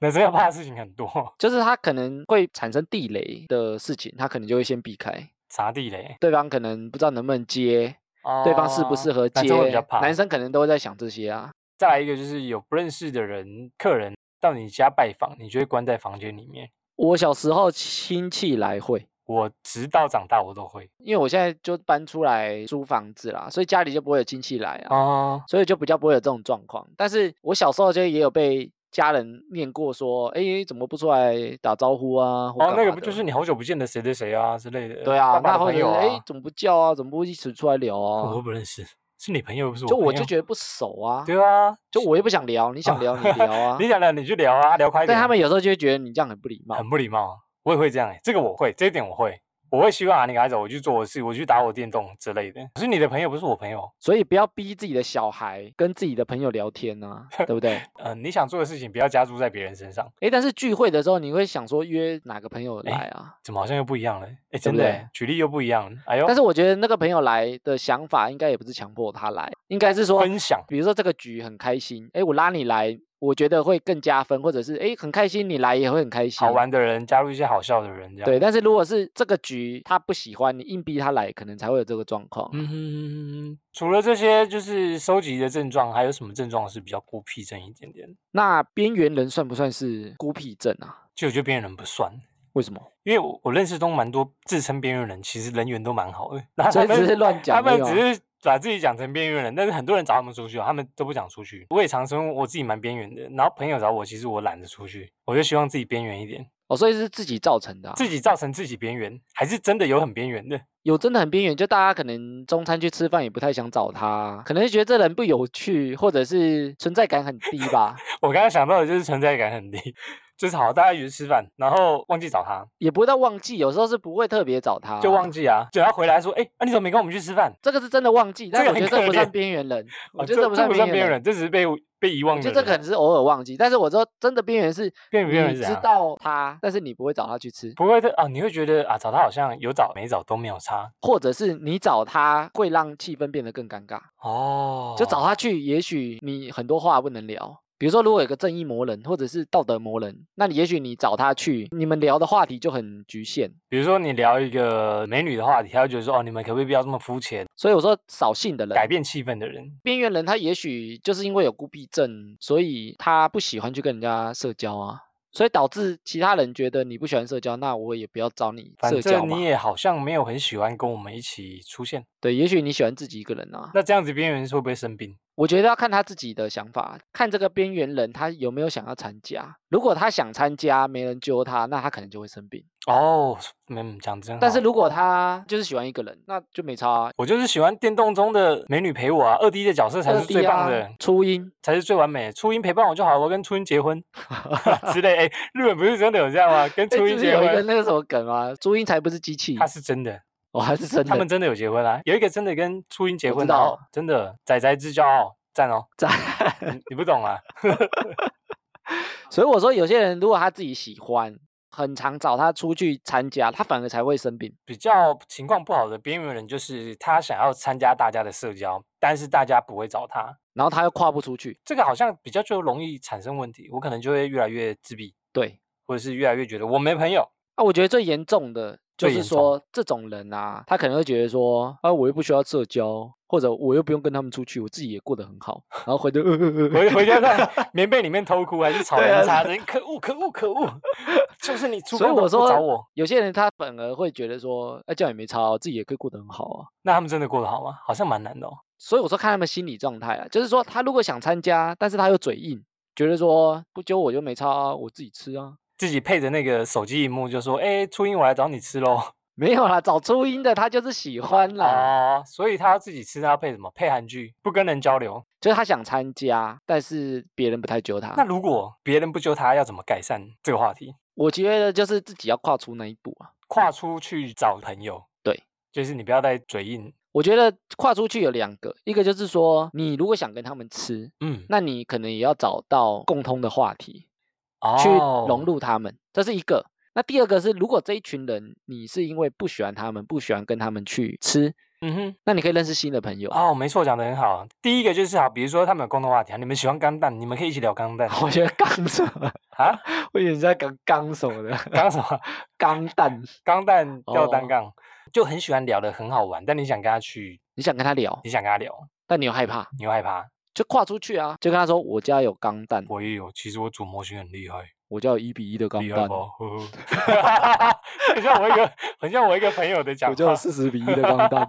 S1: 男生要怕的事情很多，
S2: 就是他可能会产生地雷的事情，他可能就会先避开。
S1: 砸地雷。
S2: 对方可能不知道能不能接， [LAUGHS] 对方适不适
S1: 哦
S2: 合接，
S1: 男生会比较怕。
S2: 生可能都会在想这些啊。
S1: 再来一个就是有不认识的人、客人到你家拜访，你就会关在房间里面。
S2: 我小时候亲戚来会，
S1: 我直到长大我都会
S2: 因为我现在就搬出来租房子啦，所以家里就不会有亲戚来啊，
S1: 哦，
S2: 所以就比较不会有这种状况。但是我小时候就也有被家人念过说，哎，怎么不出来打招呼啊？或
S1: 哦，
S2: 干
S1: 那个
S2: 嘛
S1: 不就
S2: 的
S1: 是你好久不见的谁谁谁啊之类的？
S2: 对啊，
S1: 爸爸的
S2: 那或
S1: 朋
S2: 者是
S1: 友
S2: 哎、
S1: 啊，哦
S2: 怎么不叫啊？怎么不一起出来聊啊？
S1: 我都不认识。是你朋友，不是我
S2: 就
S1: 朋友。
S2: 我就觉得不熟啊，
S1: 对啊，
S2: 就我又不想聊，你想聊你聊啊，
S1: [LAUGHS] 你想聊你去聊啊，聊快一点。
S2: 但他们有时候就会觉得你这样很不礼
S1: [LAUGHS]
S2: 貌，
S1: 很不礼貌啊，我也会这样哎、这个我会，这一点我会，我会希望啊，你赶快走，我去做我的事，我去打我电动之类的。可是你的朋友不是我朋友，
S2: 所以不要逼自己的小孩跟自己的朋友聊天啊，对不对？
S1: 嗯、你想做的事情不要加注在别人身上，
S2: 诶，但是聚会的时候你会想说约哪个朋友
S1: 诶
S2: 来啊？
S1: 怎么好像又不一样了？哎、
S2: 对
S1: 真
S2: 不
S1: 的、
S2: 对
S1: 欸，举例又不一样了。哎呦，
S2: 但是我觉得那个朋友来的想法应该也不是强迫他来，应该是说
S1: 分享
S2: 比如说这个局很开心，哎，我拉你来，我觉得会更加分，或者是哎很开心你来也会很开心，
S1: 好。玩的人，加入一些好笑的人，这样。
S2: 对，，但是如果是这个局他不喜欢，你硬逼他来，可能才会有这个状况。
S1: 嗯，除了这些就是收集的症状，还有什么症状是比较孤僻症一点点？
S2: 那边缘人算不算是孤僻症啊？
S1: 就我觉得边缘人不算。
S2: 为什么？
S1: 因为我我认识中蛮多自称边缘人，其实人缘都蛮好的， [LAUGHS] 然后
S2: 所
S1: 啊他
S2: 以
S1: 们
S2: 只是乱讲
S1: 他
S2: 而已哦
S1: 们
S2: 吗，
S1: 只是把自己讲成边缘人，但是很多人找他们出去哦，他们都不想出去。我也常称我自己蛮边缘的，然后朋友找我，其实我懒得出去，我就希望自己边缘一点，
S2: 哦，所以是自己造成的、啊。
S1: 自己造成自己边缘，还是真的有很边缘的。 [LAUGHS]
S2: 有真的很边缘，就大家可能中餐去吃饭也不太想找他，可能就觉得这人不有趣，或者是存在感很低
S1: [LAUGHS]
S2: 吧，
S1: 我刚刚想到的就是存在感很低， [LAUGHS] 就是好大家一起去吃饭，然后忘记找他，
S2: 也不会到忘记，有时候是不会特别找他，
S1: 就忘。记啊，等他回来说，哎、啊你怎么没跟我们去吃饭？
S2: 这个是真的忘记，但
S1: 个
S2: 我
S1: 很
S2: 觉得这
S1: 可
S2: 不算
S1: 怜
S2: 边
S1: [LAUGHS]
S2: 缘人，我
S1: 啊
S2: 觉得这不算
S1: 不算边
S2: 缘
S1: 缘人，这只是被被遗忘的
S2: 我觉
S1: 人。
S2: 得这可能是偶尔忘记，但是我知道真的边缘是
S1: 边缘边缘
S2: 你
S1: 是啊
S2: 知
S1: 怎样
S2: 道他，但是你不会找他去吃，
S1: 不会的啊，你会觉得啊，找他好像有找没找都没有差
S2: 或者是你找他会让气氛变得更尴尬。
S1: 哦，
S2: 就找他去，也许你很多话不能聊。比如说，如果有个正义魔人或者是道德魔人，那你也许你找他去，你们聊的话题就很局限。
S1: 比如说你聊一个美女的话题，他就觉得说哦，你们可不可以不要这么肤浅，
S2: 所以我说，扫兴的
S1: 改
S2: 人，
S1: 变气氛的人，
S2: 边缘人，他也许就是因为有孤僻症，所以他不喜欢去跟人家社交啊，所以导致其他人觉得你不喜欢社交，那我也不要找你
S1: 反
S2: 社交
S1: 正
S2: 嘛
S1: 你。也好像没有很喜欢跟我们一起出现。
S2: 对，也许你喜欢自己一个人啊。
S1: 那这样子边缘人会不会生病？
S2: 我觉得要看他自己的想法，看这个边缘人他有没有想要参加。如果他想参加，没人揪他，那他可能就会生病。
S1: 哦，嗯，讲真好，
S2: 但是如果他就是喜欢一个人，那就没差啊。
S1: 我就是喜欢电动中的美女陪我啊，二 D 的角色才
S2: 二
S1: 是
S2: D
S1: 最棒
S2: 啊
S1: 的，
S2: 初音，
S1: 才是最完美的。初音陪伴我就好了，我跟初音结
S2: [LAUGHS]
S1: 婚 [LAUGHS] 之类。哎、日本不是真的有这样吗？跟 [LAUGHS]
S2: 诶
S1: 初音
S2: 哎就是
S1: 结
S2: 有一个
S1: 婚，
S2: 那个什么梗啊，初音才不是机器
S1: 他，是真的。
S2: 我还是真
S1: 他
S2: 的
S1: 们真的有结婚啊，有一个真的跟初音结
S2: 我知
S1: 婚，然后
S2: 道
S1: 真的仔仔之骄傲，赞
S2: [LAUGHS]
S1: 哦，
S2: 在。
S1: 你你不懂啊？
S2: 所以我说，有些人如果他自己喜欢，很常找他出去参加，他反而才会生病。
S1: 比较情况不好的边缘人，就是他想要参加大家的社交，但是大家不会找他，
S2: 然后他又跨不出去，
S1: 这个好像比较就容易产生问题，我可能就会越来越自闭，
S2: 对
S1: 或者是越来越觉得我没朋友。
S2: 啊，我觉得最严重的就
S1: 最
S2: 是
S1: 严重
S2: 说，这种人啊，他可能会觉得说，啊，我又不需要社交，或者我又不用跟他们出去，我自己也过得很好，然后回头呃 [LAUGHS]
S1: 回回家在棉被里面偷哭，还是吵
S2: 对啊
S1: 人插针，可恶可恶可恶！就是你出
S2: 所以
S1: 风头
S2: 我
S1: 不
S2: 说，
S1: 找我，
S2: 有些人他反而会觉得说，哎、这样也没差、哦，自己也可以过得很好啊。
S1: 那他们真的过得好吗？好像蛮难的哦。
S2: 所以我说看他们心理状态啊，就是说他如果想参加，但是他又嘴硬，觉得说不揪我就没差啊，我自己吃啊。
S1: 自己配着那个手机荧幕就说：“哎、初音，我来找你吃喽。”
S2: [LAUGHS] 没有啦，找初音的他就是喜欢啦，
S1: 啊，所以他要自己吃，他要配什么？配韩剧，不跟人交流。
S2: 就是他想参加，但是别人不太揪他。
S1: 那如果别人不揪他，要怎么改善这个话题？
S2: 我觉得就是自己要跨出那一步啊。
S1: 跨出去找朋友，
S2: 对，
S1: 就是你不要再嘴硬。
S2: 我觉得跨出去有两个，一个就是说，你如果想跟他们吃，
S1: 嗯，
S2: 那你可能也要找到共通的话题。去
S1: 哦
S2: 融入他们，这是一个。那第二个是，如果这一群人你是因为不喜欢他们，不喜欢跟他们去吃，
S1: 嗯哼，
S2: 那你可以认识新的朋友。
S1: 哦，没错，讲的很好。第一个就是好，比如说他们有共同话题啊，你们喜欢钢弹，你们可以一起聊钢弹
S2: [LAUGHS] 我觉得刚什么，
S1: 啊，
S2: 我以为你在讲刚什么的，
S1: 钢什么 [LAUGHS]
S2: 钢蛋。
S1: 钢弹吊单
S2: 哦
S1: 杠，就很喜欢聊的很好玩，但你想跟他去，
S2: 你想跟他聊
S1: 你，想跟他聊，
S2: 但你又害怕，
S1: 你又害怕。
S2: 就跨出去啊，就跟他说我家有钢蛋，
S1: 我也有，其实我组模型很厉害。
S2: 我家有一比一的钢
S1: 厉害
S2: 蛋
S1: 吧，？呵呵哦 [LAUGHS] 很像我一个，很像我一个朋友的讲
S2: 我家有
S1: 法。
S2: 四十比一的钢蛋。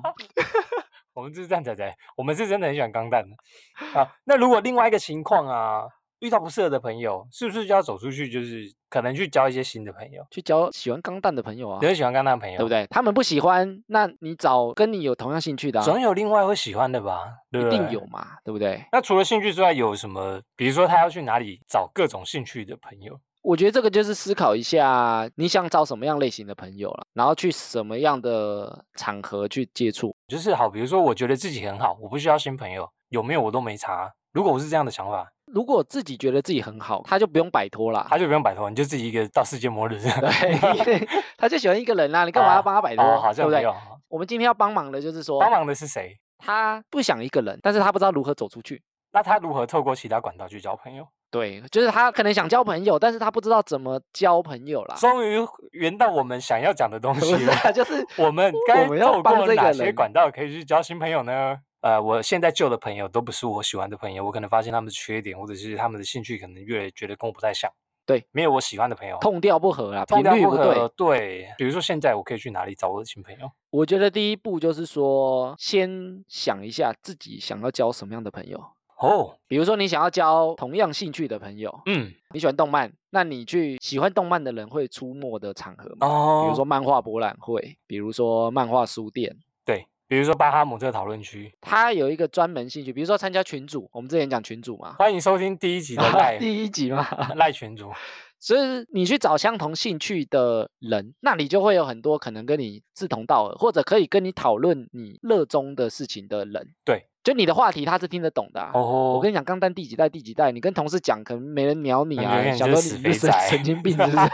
S1: 我们就是这样仔仔，我们是真的很喜欢钢蛋的啊。那如果另外一个情况啊，遇到不适合的朋友，是不是就要走出去，就是可能去交一些新的朋友？
S2: 去交喜欢钢弹的朋友啊，
S1: 你会
S2: 对
S1: 喜欢跟他的朋友，
S2: 不？对？他们不喜欢，那你找跟你有同样兴趣的、啊，
S1: 总有另外会喜欢的吧？对不
S2: 一
S1: 对
S2: 定有。嘛，对不对？
S1: 那除了兴趣之外，有什么？比如说他要去哪里找各种兴趣的朋友？
S2: 我觉得这个就是思考一下，你想找什么样类型的朋友了，然后去什么样的场合去接触。
S1: 就是好，比如说我觉得自己很好，我不需要新朋友，有没有我都没差。啊如果我是这样的想法，
S2: 如果自己觉得自己很好，他就不用摆脱啦
S1: 他。就不用摆脱，你就自己一个到世界末日。
S2: 对，
S1: [LAUGHS]
S2: 因 [LAUGHS] 为他就喜欢一个人啦、你干嘛
S1: 啊
S2: 要帮他摆脱？
S1: 哦，好
S2: 对
S1: 像
S2: 不
S1: 没
S2: 对
S1: 有。。
S2: 我们今天要帮忙的就是说，
S1: 帮忙的是谁？
S2: 他不想一个人，但是他不知道如何走出去。
S1: 那他如何透过其他管道去交朋友？
S2: 对，就是他可能想交朋友，但是他不知道怎么交朋友啦。
S1: 终于圆到我们想要讲的东
S2: 不
S1: 西
S2: 是 [LAUGHS]
S1: 了。
S2: 啊，就是
S1: 我们
S2: 我
S1: 该
S2: 们要
S1: 透
S2: 帮
S1: 过
S2: 这个
S1: 哪些
S2: 人
S1: 管道可以去交新朋友呢？呃，我现在旧的朋友都不是我喜欢的朋友，我可能发现他们的缺点，或者是他们的兴趣可能越来越觉得跟我不太像。
S2: 对，
S1: 没有我喜欢的朋友，
S2: 痛调不合啦，啊
S1: 痛
S2: 频
S1: 掉
S2: 率
S1: 不
S2: 不对
S1: 合。。对，比如说现在我可以去哪里找我的新朋友？
S2: 我觉得第一步就是说，先想一下自己想要交什么样的朋友。
S1: 哦，
S2: 比如说，你想要交同样兴趣的朋友，
S1: 嗯，
S2: 你喜欢动漫，那你去喜欢动漫的人会出没的场合嘛？
S1: 哦，
S2: 比如说漫画博览会，比如说漫画书店，
S1: 对，比如说巴哈姆特讨论区，
S2: 它有一个专门兴趣，比如说参加群组，我们之前讲群组嘛，
S1: 欢迎收听第一集
S2: [LAUGHS]
S1: 的赖
S2: 第一集嘛，
S1: 赖群
S2: [LAUGHS]
S1: 主。
S2: 所以你去找相同兴趣的人，那你就会有很多可能跟你志同道合，或者可以跟你讨论你热衷的事情的人。
S1: 对，
S2: 就你的话题他是听得懂的、啊。
S1: 哦，
S2: 我跟你讲，钢弹第几代第几代，你跟同事讲，可能没人鸟你
S1: 感
S2: 啊
S1: 觉，
S2: 想
S1: 你
S2: 说
S1: 是死
S2: 你是
S1: 肥
S2: 神
S1: 宅，
S2: 神经病是不
S1: [LAUGHS]
S2: 是、啊？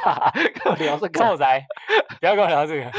S2: 跟我聊这
S1: 臭
S2: 个，
S1: 宅，不要跟我聊
S2: [LAUGHS]
S1: 这个，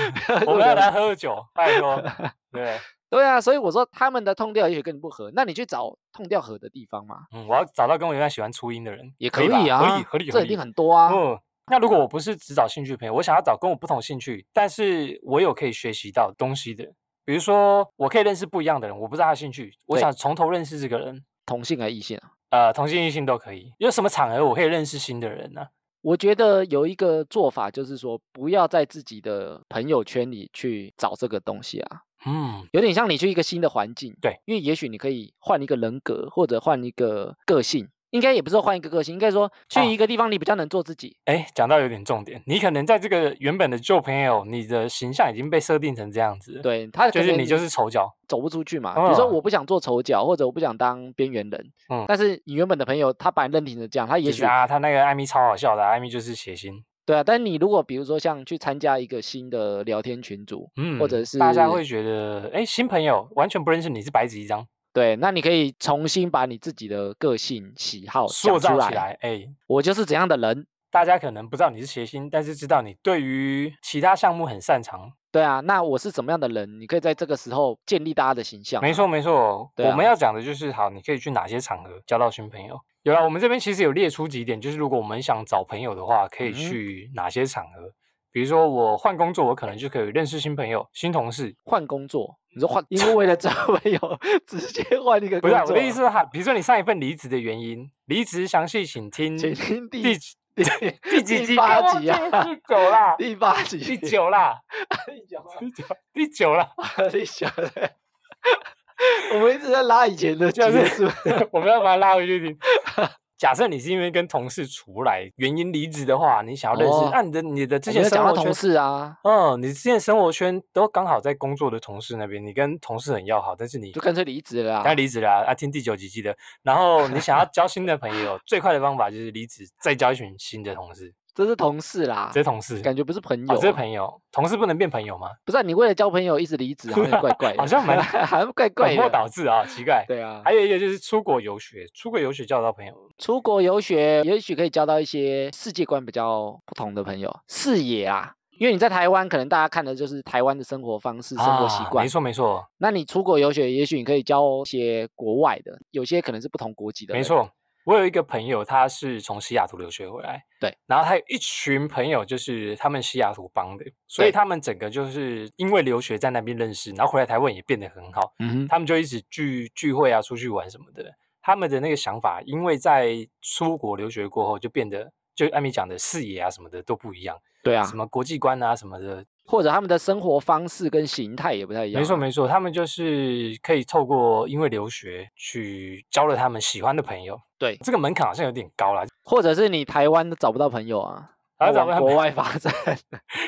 S1: 我们要来喝酒，拜托。对，
S2: 对啊，所以我说他们的痛调也许跟你不合，那你去找痛调合的地方嘛，
S1: 嗯，我要找到跟我一样喜欢初音的人，
S2: 也
S1: 可吧
S2: 以啊，
S1: 合理合理合理，
S2: 这一定很多啊。
S1: 嗯。那如果我不是只找兴趣朋友，我想要找跟我不同兴趣，但是我有可以学习到东西的，比如说我可以认识不一样的人，我不知道他的兴趣，我
S2: 对
S1: 想从头认识这个人，
S2: 同性还是异性啊？
S1: 呃，同性异性都可以。有什么场合我可以认识新的人呢、
S2: 我觉得有一个做法就是说，不要在自己的朋友圈里去找这个东西啊，
S1: 嗯，
S2: 有点像你去一个新的环境，
S1: 对，
S2: 因为也许你可以换一个人格，或者换一个个性，应该也不是说换一个个性，应该说
S1: 哦
S2: 去一个地方你比较能做自己，
S1: 哎，讲到有点重点，你可能在这个原本的旧朋友，你的形象已经被设定成这样子了，
S2: 对他
S1: 就
S2: 可
S1: 是你
S2: 能
S1: 就是丑角，
S2: 走不出去嘛。比如说
S1: 嗯
S2: 我不想做丑角，或者我不想当边缘人，
S1: 嗯
S2: 但是你原本的朋友他把你认定成这样，他也
S1: 就是
S2: 许
S1: 啊，他那个艾米超好笑的，啊艾米就是谐星，
S2: 对啊，但你如果比如说像去参加一个新的聊天群组，
S1: 嗯，
S2: 或者
S1: 大家
S2: 是
S1: 会觉得，哎，新朋友完全不认识你是白纸一张，
S2: 对，那你可以重新把你自己的个性喜好
S1: 塑
S2: 哦讲
S1: 造
S2: 出来，
S1: 起来，哎，
S2: 我就是怎样的人。
S1: 大家可能不知道你是谐星，但是知道你对于其他项目很擅长。
S2: 对啊，那我是怎么样的人？你可以在这个时候建立大家的形象。
S1: 没，错，没错，
S2: 啊对
S1: 我们
S2: 啊
S1: 要讲的就是，好，你可以去哪些场合交到新朋友。有啊，我们这边其实有列出几点，就是如果我们想找朋友的话，可以
S2: 嗯哼
S1: 去哪些场合？比如说我换工作，我可能就可以认识新朋友、新同事。
S2: 换工作，你说换，因为为了找 [LAUGHS] 朋友，直接换一个
S1: 不是啊、
S2: 工作啊。
S1: 我的意思是哈，比如说你上一份离职的原因，离职详细请听
S2: 请听第
S1: 第几
S2: [LAUGHS] 第
S1: 第几集？
S2: 八
S1: 干嘛
S2: 集啊，
S1: 这个第九啦
S2: [LAUGHS] 第八集，
S1: 第九啦，
S2: 第九吗，
S1: 第九，第九啦。
S2: [LAUGHS] 第九对 [LAUGHS] 我们一直在拉以前的集
S1: 就是
S2: 数，
S1: 我们要把它拉回去听。假设你是因为跟同事出来原因离职的话，你想要认识，那、
S2: 哦
S1: 你的你 [LAUGHS] 的之
S2: 我
S1: 前
S2: 们有
S1: 生
S2: 讲到
S1: 活圈
S2: 同，事啊，
S1: 嗯，你之前生活圈都刚好在工作的同事那边，你跟同事很要好，但是你
S2: 就干脆离职了
S1: 他
S2: 啊。
S1: 离职了啊啊，听第九集记得。然后你想要交新的朋友，最快的方法就是离职，再交一群新的同事，
S2: 这是同事啦，
S1: 这些同事。
S2: 感觉不是朋
S1: 哦，
S2: 友啊，
S1: 这是朋友，同事不能变朋友吗？
S2: 不是啊你为了交朋友一直离职，好像也怪怪
S1: [LAUGHS]
S2: 的，
S1: 好像蛮
S2: [LAUGHS] 好像怪怪
S1: 本末
S2: 的。
S1: 倒置啊，奇怪。
S2: 对啊，
S1: 还有一个就是出国游学，出国游学交得到朋友，
S2: 出国游学，也许可以交到一些世界观比较不同的朋友，视野啊。因为你在台湾，可能大家看的就是台湾的生活方式、生活习
S1: 啊
S2: 惯。
S1: 没错没错
S2: 那你出国游学，也许你可以交一些国外的，有些可能是不同国籍的。
S1: 没，错，我有一个朋友，他是从西雅图留学回来，
S2: 对，
S1: 然后他有一群朋友，就是他们西雅图帮的，所以
S2: 对
S1: 他们整个就是因为留学在那边认识，然后回来台湾也变得很好，
S2: 嗯哼，
S1: 他们就一直聚聚会啊，出去玩什么的。他们的那个想法，因为在出国留学过后，就变得就艾米讲的视野啊什么的都不一样，
S2: 对啊
S1: 什，么国际观啊什么的
S2: 或者他们的生活方式跟形态也不太一样啊。
S1: 没错没错，他们就是可以透过因为留学去交了他们喜欢的朋友，
S2: 对，
S1: 这个门槛好像有点高啦。
S2: 或者是你台湾找不到朋友啊，
S1: 然
S2: 要
S1: 后咱
S2: 往国
S1: 们
S2: 外发展。 [LAUGHS]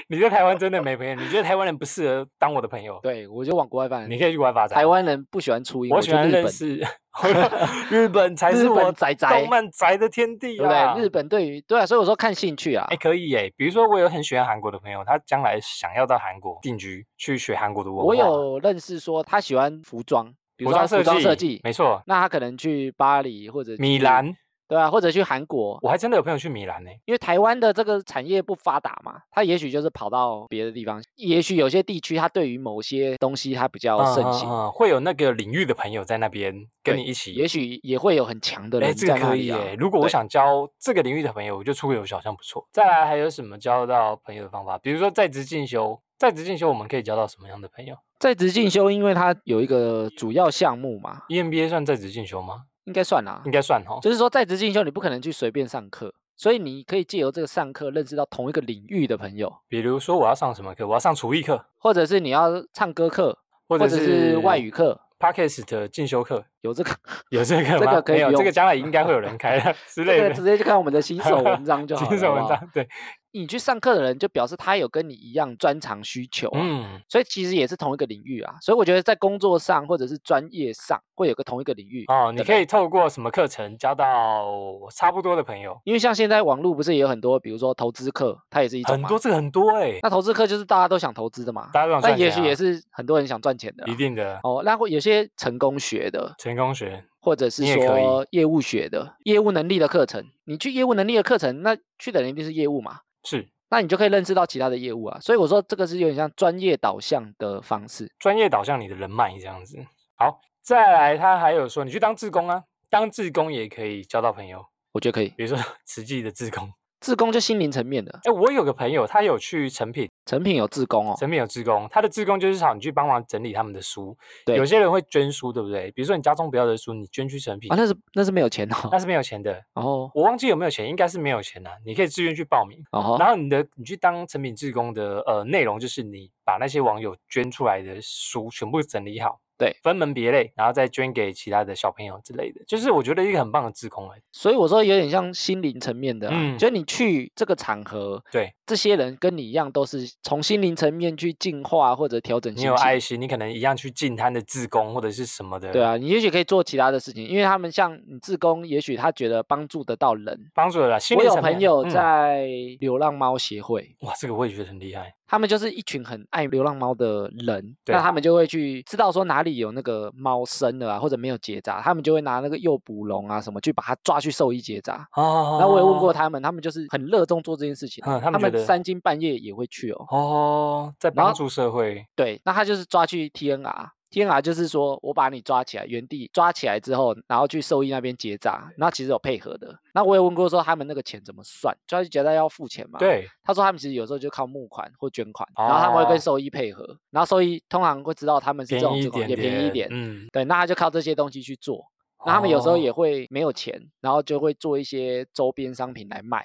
S1: 你在台湾真的没朋友，你觉得台湾人不适合当我的朋友，
S2: 对，我就往国外发展。
S1: 你可以去国外发展。
S2: 台湾人不喜欢初音，
S1: 我
S2: 去
S1: 喜欢
S2: 日
S1: 认
S2: 本，
S1: 识
S2: [LAUGHS]
S1: 日本才是
S2: 日
S1: 我
S2: 本宅宅
S1: 动，漫宅的天地
S2: 对不
S1: 啊！
S2: 对？日本对于对啊，所以我说看兴趣啊
S1: 哎、。可以哎、比如说我有很喜欢韩国的朋友，他将来想要到韩国定居，去学韩国的文化。
S2: 我有认识说他喜欢服装，比如
S1: 服
S2: 说他
S1: 装设
S2: 服装
S1: 计，
S2: 设计，
S1: 没错，
S2: 那他可能去巴黎或者
S1: 米
S2: 去，
S1: 兰，
S2: 对啊，或者去韩国，
S1: 我还真的有朋友去米兰呢、
S2: 因为台湾的这个产业不发达嘛，他也许就是跑到别的地方，也许有些地区他对于某些东西他比较
S1: 嗯
S2: 盛
S1: 嗯
S2: 行，
S1: 嗯会有那个领域的朋友在那边跟
S2: 对
S1: 你一起。
S2: 也许也会有很强的
S1: 哎、
S2: 人
S1: 这个
S2: 在那
S1: 可
S2: 里
S1: 以
S2: 啊
S1: 哎、。如果我
S2: 对
S1: 想交这个领域的朋友，我就出国游学好像不错。再来还有什么交到朋友的方法？比如说在职进修，在职进修我们可以交到什么样的朋友
S2: 在职进修，因为它有一个主要项目嘛，
S1: ？EMBA 算在职进修吗？
S2: 应该算啦
S1: 应。该算哈。
S2: 就是说，在职进修你不可能去随便上课，所以你可以借由这个上课认识到同一个领域的朋友，
S1: 比如说我要上什么课？我要上厨艺课，
S2: 或者是你要唱歌课，
S1: 或
S2: 或
S1: 者
S2: 者是外语课，
S1: Podcast 的进修课，
S2: 有这个
S1: [LAUGHS] 有这个
S2: 这
S1: 吗？
S2: 个可以
S1: 没有，这
S2: 用
S1: 个
S2: [LAUGHS]
S1: 将来应该会有人开的 [LAUGHS] 之类
S2: 这
S1: 的
S2: 个直接去看我们的新手文
S1: [LAUGHS]
S2: 章就好了。
S1: 新手文
S2: 好不好
S1: 章，对，
S2: 你去上课的人就表示他有跟你一样专长需求啊。
S1: 嗯，
S2: 所以其实也是同一个领域啊，所以我觉得在工作上或者是专业上会有个同一个领域
S1: 哦，你
S2: 的
S1: 可
S2: 人
S1: 以透过什么课程交到差不多的朋友？
S2: 因为像现在网络不是也有很多，比如说投资课，它也是一种
S1: 很
S2: 嘛
S1: 多，这个很多哎，
S2: 那投资课就是大家都想投资的嘛，
S1: 大家都想
S2: 但
S1: 赚
S2: 也
S1: 钱
S2: 许也
S1: 啊
S2: 是很多人想赚钱的啦
S1: 一定的
S2: 哦。那会有些成功学的，
S1: 成功学，
S2: 或者是
S1: 你也可以
S2: 说业务学的、业务能力的课程，你去业务能力的课程，那去的人一定是业务嘛，
S1: 是
S2: 那你就可以认识到其他的业务啊。所以我说这个是有点像专业导向的方式。
S1: 专业导向你的人脉这样子。好，再来，他还有说你去当志工啊，当志工也可以交到朋友，
S2: 我觉得可以，
S1: 比如说 [LAUGHS] 慈济的志工。
S2: 自工就心灵层面的，
S1: 哎，我有个朋友，他有去成品。
S2: 成品有自工哦，
S1: 成品有志工，他的志工就是想你去帮忙整理他们的书。
S2: 对
S1: 有些人会捐书，对不对？比如说你家中不要的书，你捐去成品，
S2: 啊，那是那是没有钱哦，
S1: [LAUGHS] 那是没有钱的。
S2: 然后
S1: 我忘记有没有钱，应该是没有钱啦、你可以自愿去报名，
S2: 然后
S1: 然后你的你去当成品志工的呃内容就是你把那些网友捐出来的书全部整理好，
S2: 对，
S1: 分门别类，然后再捐给其他的小朋友之类的。就是我觉得一个很棒的志工哎、
S2: 所以我说有点像心灵层面的、啊，
S1: 嗯
S2: 就是你去这个场合，
S1: 对
S2: 这些人跟你一样都是从心灵层面去进化或者调整
S1: 你
S2: 心
S1: 有
S2: 情。
S1: 爱心，你可能一样去进他的志工或者是什么的，
S2: 对，啊，你也许可以做其他的事情，因为他们像你自工，也许他觉得帮助得到人。
S1: 帮助了啦。心
S2: 我
S1: 理
S2: 有
S1: 层
S2: 朋
S1: 面
S2: 友、
S1: 嗯
S2: 在流浪猫协会，
S1: 哇，这个我也觉得很厉害，
S2: 他们就是一群很爱流浪猫的人，那
S1: 对
S2: 他们就会去知道说哪里有那个猫生了啊，或者没有结扎，他们就会拿那个诱捕笼啊什么去把它抓去兽医结扎。
S1: 哦，
S2: 然后我也问过他们，他们就是很热衷做这件事情，
S1: 嗯他
S2: 他
S1: 们觉得
S2: 三更半夜也会去哦。
S1: 哦，在
S2: 然后
S1: 帮助社会，
S2: 对，那他就是抓去 TNR。TNR 就是说我把你抓起来，原地抓起来之后，然后去兽医那边结扎，那其实有配合的。那我也问过说他们那个钱怎么算，抓去结扎要付钱嘛？，
S1: 对，
S2: 他说他们其实有时候就靠募款或捐款，然后他们会跟
S1: 哦
S2: 兽医配合，然后兽医通常会知道他们是这
S1: 便
S2: 种
S1: 宜一
S2: 情况
S1: 点
S2: 也
S1: 点，
S2: 便宜一点，
S1: 嗯，
S2: 对，那他就靠这些东西去做。那他们有时候
S1: 哦
S2: 也会没有钱，然后就会做一些周边商品来卖，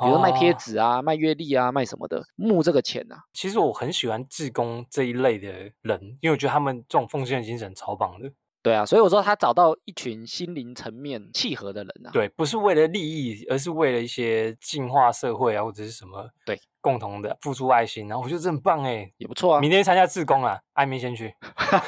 S2: 比如说卖贴
S1: 哦
S2: 纸啊、卖月历啊、卖什么的，募这个钱啊。
S1: 其实我很喜欢志工这一类的人，因为我觉得他们这种奉献精神超棒的。
S2: 对啊，所以我说他找到一群心灵层面契合的人啊。
S1: 对，不是为了利益，而是为了一些进化社会啊，或者是什么
S2: 对
S1: 共同的付出爱心。然后我觉得这很棒哎，
S2: 也不错啊。
S1: 明天参加志工啦，艾明先去， [LAUGHS]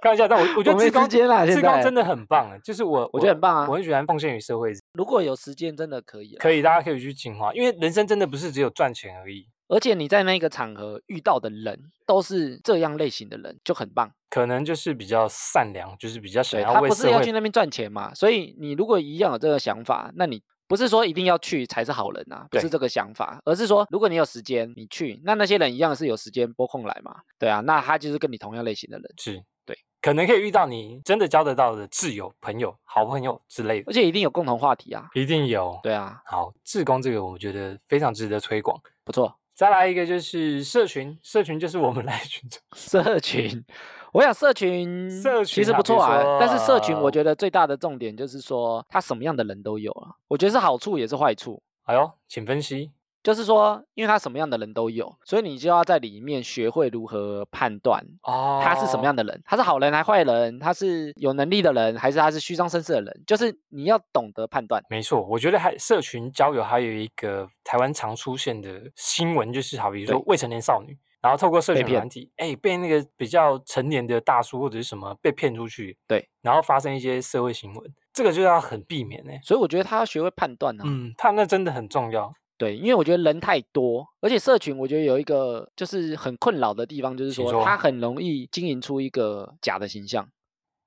S1: 开玩笑。但我我觉
S2: 我
S1: 得
S2: 没
S1: 志工
S2: 时间啦现
S1: 志工
S2: 在
S1: 真的很棒欸，就是我
S2: 我觉得很棒啊
S1: 我很喜欢奉献于社会，
S2: 如果有时间，真的可以啊。
S1: 可以大家可以去进化，因为人生真的不是只有赚钱而已。
S2: 而且你在那个场合遇到的人都是这样类型的人，就很棒。
S1: 可能就是比较善良，就是比较想
S2: 对
S1: 要
S2: 他
S1: 为
S2: 不是
S1: 社
S2: 要去
S1: 会。
S2: 那边赚钱嘛，所以你如果一样有这个想法，那你不是说一定要去才是好人啊，不
S1: 对
S2: 是这个想法，而是说如果你有时间，你去，那那些人一样是有时间拨空来嘛。对啊，那他就是跟你同样类型的人。
S1: 是，
S2: 对，
S1: 可能可以遇到你真的交得到的挚友、朋友、好朋友之类的，
S2: 而且一定有共同话题啊，
S1: 一定有。
S2: 对啊，
S1: 好，志工这个我觉得非常值得推广。
S2: 不错。
S1: 再来一个就是社群，社群就是我们来寻找。
S2: 社群， [LAUGHS] 我想社群，
S1: 社
S2: 其
S1: 群
S2: 实
S1: 啊
S2: 不
S1: 比如
S2: 错啊。但是社群，我
S1: 说
S2: 觉得最大的重点就是说，它什么样的人都有啊。我觉得是好处也是坏处。
S1: 哎呦，请分析。
S2: 就是说，因为他什么样的人都有，所以你就要在里面学会如何判断
S1: 哦，
S2: 他是什么样的人，他是好人还坏人，他是有能力的人还是他是虚张声势的人，就是你要懂得判断。
S1: 没错，我觉得还社群交友还有一个台湾常出现的新闻，就是好比说
S2: 对
S1: 未成年少女，然后透过社
S2: 被
S1: 群
S2: 骗
S1: 软体，哎，被那个比较成年的大叔或者是什么被骗出去，
S2: 对，
S1: 然后发生一些社会新闻，这个就要很避免呢、
S2: 所以我觉得他要学会判断啊，
S1: 嗯，他那真的很重要，
S2: 对，因为我觉得人太多，而且社群我觉得有一个就是很困扰的地方，就是
S1: 请
S2: 说
S1: 说
S2: 他很容易经营出一个假的形象。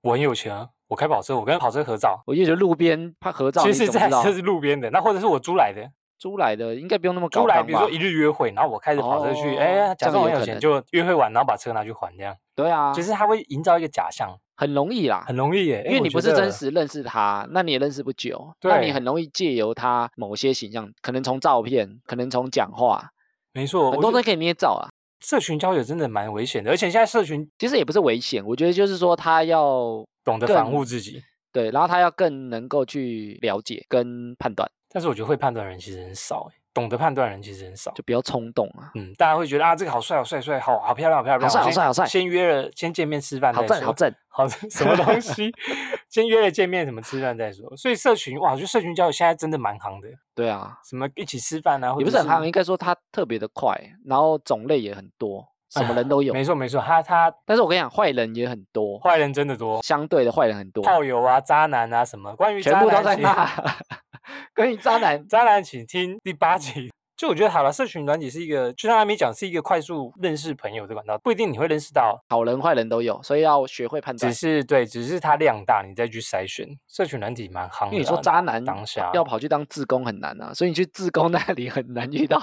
S1: 我很有钱啊，我开跑车，我跟跑车合照，
S2: 我就觉得路边拍合照，
S1: 其
S2: 你
S1: 实
S2: 怎么
S1: 在
S2: 知道
S1: 这是路边的，那或者是我租来的，
S2: 租来的应该不用那么高
S1: 租来
S2: 档
S1: 比如说
S2: 吧
S1: 一日约会，然后我开着跑车去，
S2: 哦
S1: 哎，
S2: 这
S1: 假
S2: 样
S1: 装我很
S2: 有
S1: 有
S2: 可
S1: 钱，
S2: 能
S1: 就约会完，然后把车拿去还这样，
S2: 对啊，
S1: 就是他会营造一个假象，
S2: 很容易啦，
S1: 很容易耶、哎
S2: 因为
S1: 我
S2: 你
S1: 觉
S2: 不是
S1: 得
S2: 真实认识他，那你也认识不久，那你
S1: 对
S2: 很容易借由他某些形象，可能从照片，可能从讲话，
S1: 没错，
S2: 很
S1: 我
S2: 多
S1: 觉
S2: 东西可以捏造啊。
S1: 社群交友真的蛮危险的，而且现在社群
S2: 其实也不是危险，我觉得就是说他要
S1: 懂得防
S2: 更
S1: 护自己，
S2: 对，然后他要更能够去了解跟判断，
S1: 但是我觉得会判断的人其实很少、欸，懂得判断的人其实很少。
S2: 就不要冲动啊，
S1: 嗯，大家会觉得啊，这个好帅，好帅，帅，好好漂亮，好漂亮，
S2: 好帅
S1: 我
S2: 好
S1: 先
S2: 帅好帅
S1: 先约了，先见面吃饭
S2: 好
S1: 再
S2: 正好
S1: 说。
S2: 正，
S1: 好 [LAUGHS] 什么东西？先约了见面，怎么吃饭再说。所以社群哇，我觉得社群交友现在真的蛮行的，
S2: 对啊，
S1: 什么一起吃饭啊，或
S2: 也不
S1: 者
S2: 是
S1: 是
S2: 很夯，应该说他特别的快，然后种类也很多，什么人都有。
S1: 啊没错没错，他他
S2: 但是我跟你讲，坏人也很多，
S1: 坏人真的多，
S2: 相对的坏人很多，
S1: 炮友啊、渣男啊什么，关于
S2: 全
S1: 渣
S2: 部都
S1: 男
S2: 在
S1: 其实
S2: 骂。关于渣男，
S1: 渣男，请听第八集。就我觉得好了，社群软体是一个，就像阿米讲，是一个快速认识朋友的管道，不一定你会认识到，
S2: 好人坏人都有，所以要学会判断
S1: 只。是对，只是它量大，你再去筛选。社群软体蛮夯的啊，
S2: 因为你说渣男
S1: 当下
S2: 要跑去当志工很难啊，所以你去志工 [LAUGHS] 那里很难遇到。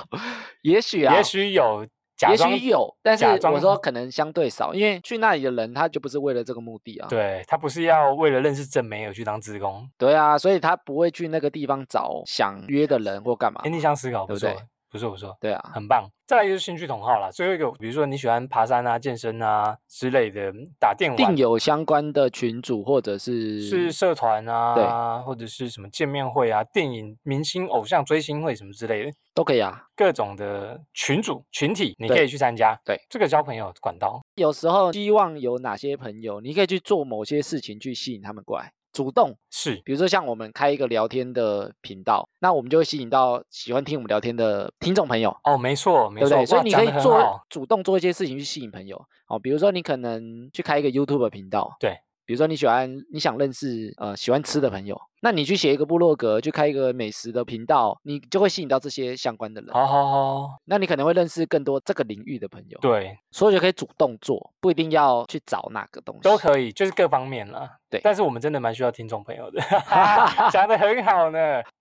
S2: 也许啊，
S1: 也许有假
S2: 也
S1: 装，
S2: 许有，但是
S1: 假装
S2: 我说可能相对少，因为去那里的人他就不是为了这个目的啊。
S1: 对他不是要为了认识正妹而去当志工，
S2: 对啊，所以他不会去那个地方找想约的人或干嘛
S1: 哎，。逆向思考不
S2: 啊对不
S1: 错
S2: 对
S1: 欸，不错不错，
S2: 对啊，
S1: 很棒。再来就是兴趣同好啦，最后一个，比如说你喜欢爬山啊、健身啊之类的，打电玩
S2: 定有相关的群组或者
S1: 是
S2: 是
S1: 社团啊，或者是什么见面会啊、电影明星偶像追星会什么之类的，
S2: 都可以啊。
S1: 各种的群组群体，你
S2: 对
S1: 可以去参加。
S2: 对，
S1: 这个交朋友管道，
S2: 有时候希望有哪些朋友，你可以去做某些事情去吸引他们过来，主动
S1: 是
S2: 比如说像我们开一个聊天的频道，那我们就会吸引到喜欢听我们聊天的听众朋友，
S1: 哦，没错没
S2: 对不
S1: 错，
S2: 对？所以
S1: 哇
S2: 你
S1: 讲
S2: 可
S1: 得
S2: 以
S1: 很
S2: 做
S1: 好
S2: 主动做一些事情去吸引朋友哦，比如说你可能去开一个 YouTube 频道，
S1: 对。
S2: 比如说你喜欢你想认识呃喜欢吃的朋友，那你去写一个部落格，去开一个美食的频道，你就会吸引到这些相关的人。
S1: 好好好，
S2: 那你可能会认识更多这个领域的朋友，
S1: 对，
S2: 所以就可以主动做，不一定要去找哪个东西。
S1: 都可以，就是各方面啦。
S2: 对
S1: 但是我们真的蛮需要听众朋
S2: [LAUGHS]
S1: 友的，哈哈讲的很好呢。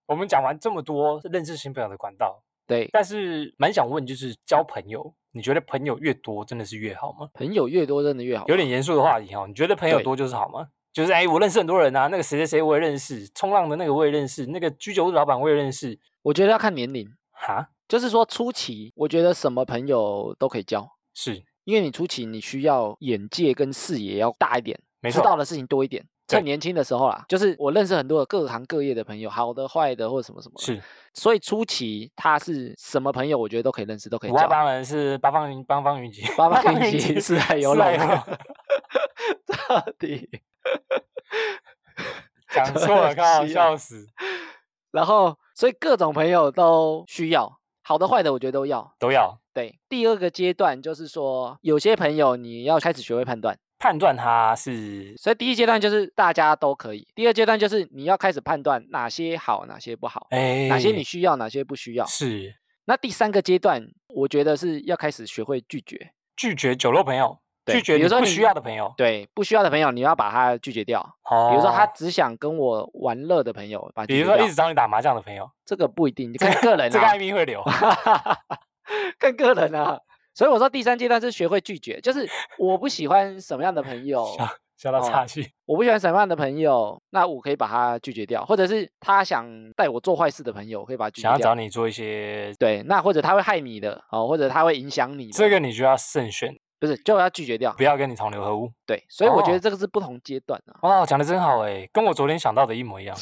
S1: 我们讲完这么多认识新朋友的管道，
S2: 对，
S1: 但是蛮想问，就是交朋友，你觉得朋友越多真的是越好吗？
S2: 朋友越多真的越好玩。
S1: 有点严肃的话题哦，你觉得朋友
S2: 对
S1: 多就是好吗？就是哎，我认识很多人啊，那个谁谁谁我也认识，冲浪的那个我也认识，那个居酒屋的老板我也认识。
S2: 我觉得要看年龄。
S1: 哈，
S2: 就是说初期，我觉得什么朋友都可以交，
S1: 是
S2: 因为你初期你需要眼界跟视野要大一点，
S1: 没
S2: 知道
S1: 错，
S2: 的事情多一点。趁
S1: 对
S2: 年轻的时候啦，就是我认识很多各行各业的朋友，好的、坏的或者什么什么。，
S1: 是
S2: 所以初期他是什么朋友，我觉得都可以认识，都可以
S1: 五花
S2: 交。
S1: 八门是八方云八方云集，
S2: 八八跟你集是还有
S1: 四
S2: 老
S1: 海游
S2: 到 [LAUGHS]
S1: 龙
S2: 底。
S1: 讲错
S2: [LAUGHS]
S1: 了，刚好
S2: 西
S1: 笑死，
S2: [LAUGHS] 然后，所以各种朋友都需要，好的、坏的，我觉得都要。
S1: 都要
S2: 对，第二个阶段就是说，有些朋友你要开始学会判断。
S1: 判断他是
S2: 所以第一阶段就是大家都可以，第二阶段就是你要开始判断哪些好，哪些不好，
S1: 哎
S2: 哪些你需要，哪些不需要。
S1: 是
S2: 那第三个阶段，我觉得是要开始学会拒绝，
S1: 拒绝酒肉朋友，
S2: 对
S1: 拒绝
S2: 比如
S1: 你
S2: 说
S1: 不
S2: 你
S1: 需要的朋友，
S2: 对不需要的朋友，你要把他拒绝掉。
S1: 哦，
S2: 比如说他只想跟我玩乐的朋友，把他
S1: 比
S2: 拒
S1: 如
S2: 绝
S1: 说一
S2: 掉
S1: 直找你打麻将的朋友，
S2: 这个不一定，看个人
S1: 这个
S2: 啊，
S1: 艾，米会留
S2: [LAUGHS] 看个人啊。所以我说第三阶段是学会拒绝，就是我不喜欢什么样的朋友，
S1: [LAUGHS] 笑笑到
S2: [LAUGHS] 哦
S1: 岔气，
S2: 我不喜欢什么样的朋友，那我可以把他拒绝掉，或者是他想带我做坏事的朋友，我可以把他拒绝
S1: 想要找
S2: 掉。
S1: 你做一些，
S2: 对，那或者他会害你的哦，或者他会影响你的。
S1: 这个你就要慎选。
S2: 不是就要拒绝掉
S1: 不。要跟你同流合污。
S2: 对，所以我觉
S1: 哦
S2: 得这个是不同阶段
S1: [LAUGHS]
S2: 啊，
S1: 哇，讲的真好哎，跟我昨天想到的一模一样。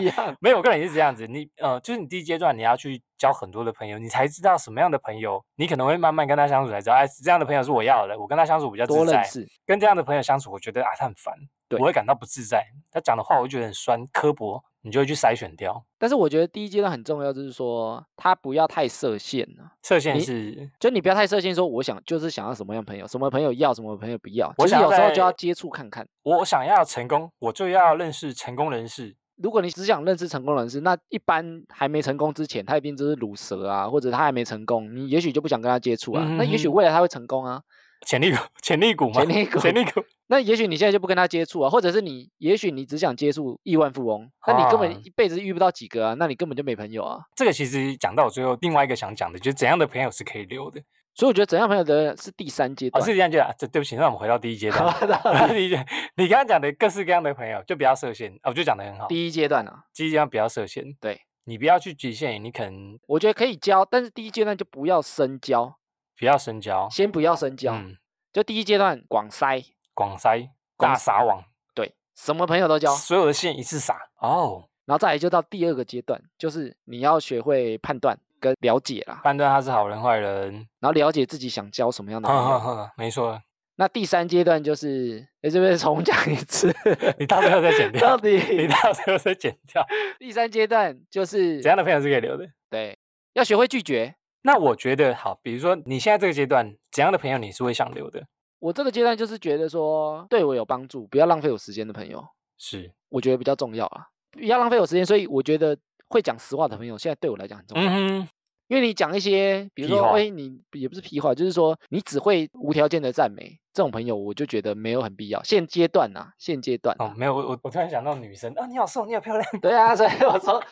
S2: 一
S1: [LAUGHS]
S2: 样。
S1: 没有，我个人也是这样子。你呃，就是你第一阶段你要去交很多的朋友，你才知道什么样的朋友，你可能会慢慢跟他相处才知道，哎，这样的朋友是我要的，我跟他相处比较
S2: 多
S1: 自
S2: 认
S1: 在。
S2: 识，
S1: 跟这样的朋友相处，我觉得啊，他很烦，
S2: 对
S1: 我会感到不自在。他讲的话，我就觉得很酸刻薄，你就会去筛选掉。
S2: 但是我觉得第一阶段很重要，就是说他不要太设限啊了、
S1: 射线
S2: 你
S1: 是，
S2: 就你不要太设限，说我想就是想要什么样的朋友，什么朋友要，什么朋友不要。
S1: 我
S2: 其实
S1: 想要
S2: 有时候
S1: 在
S2: 就要接触看看。
S1: 我想要成功，我就要认识成功人士。
S2: 如果你只想认识成功人士，那一般还没成功之前，他一定就是卤蛇啊，或者他还没成功，你也许就不想跟他接触啊。那也许
S1: 嗯哼
S2: 未来他会成功啊，
S1: 潜力股，潜力股吗？
S2: 潜力股
S1: 潜力股。
S2: 那也许你现在就不跟他接触啊，或者是你也许你只想接触亿万富翁，那你根
S1: 啊
S2: 本一辈子遇不到几个啊，那你根本就没朋友啊。
S1: 这个其实讲到我最后，另外一个想讲的，就是怎样的朋友是可以留的。
S2: 所以我觉得怎样朋友的是第三阶
S1: 哦，
S2: 段。
S1: 是这样就啊，这对不起，那我们回到第一阶段。
S2: [LAUGHS] 好的
S1: 第一阶，你刚刚讲的各式各样的朋友，就不要设限。哦，我觉得讲的很好。
S2: 第一阶段啊，
S1: 第一阶段不要设限，
S2: 对
S1: 你不要去局限于，你可能
S2: 我觉得可以交，但是第一阶段就不要深交，
S1: 不要深交，
S2: 先不要深交，
S1: 嗯，
S2: 就第一阶段广塞，
S1: 广塞大撒网，
S2: 对，啊什么朋友都交，
S1: 所有的线一次撒。哦，
S2: 然后再来就到第二个阶段，就是你要学会判断跟了解啦，
S1: 判断他是好人坏人，
S2: 然后了解自己想交什么样的朋
S1: 呵呵
S2: 友。
S1: 呵， [LAUGHS] 没错，
S2: 那第三阶段就是，哎，这边重讲一次，
S1: [LAUGHS] 你到最后再剪
S2: 到 [LAUGHS]
S1: 掉，你
S2: 底
S1: 到最后再剪掉。
S2: 第三阶段就是
S1: 怎样的朋友是可以留的？
S2: 对，要学会拒绝。
S1: 那我觉得好，比如说你现在这个阶段，怎样的朋友你是会想留的？
S2: 我这个阶段就是觉得说对我有帮助，不要浪费我时间的朋友，
S1: 是，
S2: 我觉得比较重要啊，不要浪费我时间。所以我觉得会讲实话的朋友，现在对我来讲很重
S1: 嗯
S2: 要。
S1: 哼，
S2: 因为你讲一些，比如
S1: 屁
S2: 说，
S1: 话
S2: 哎，你也不是屁话，就是说你只会无条件的赞美这种朋友，我就觉得没有很必要。现阶段啊，现阶段、
S1: 哦，
S2: 啊，
S1: 没有，我我我突然想到女生啊，你好瘦，你好漂亮，
S2: 对啊，所以我说，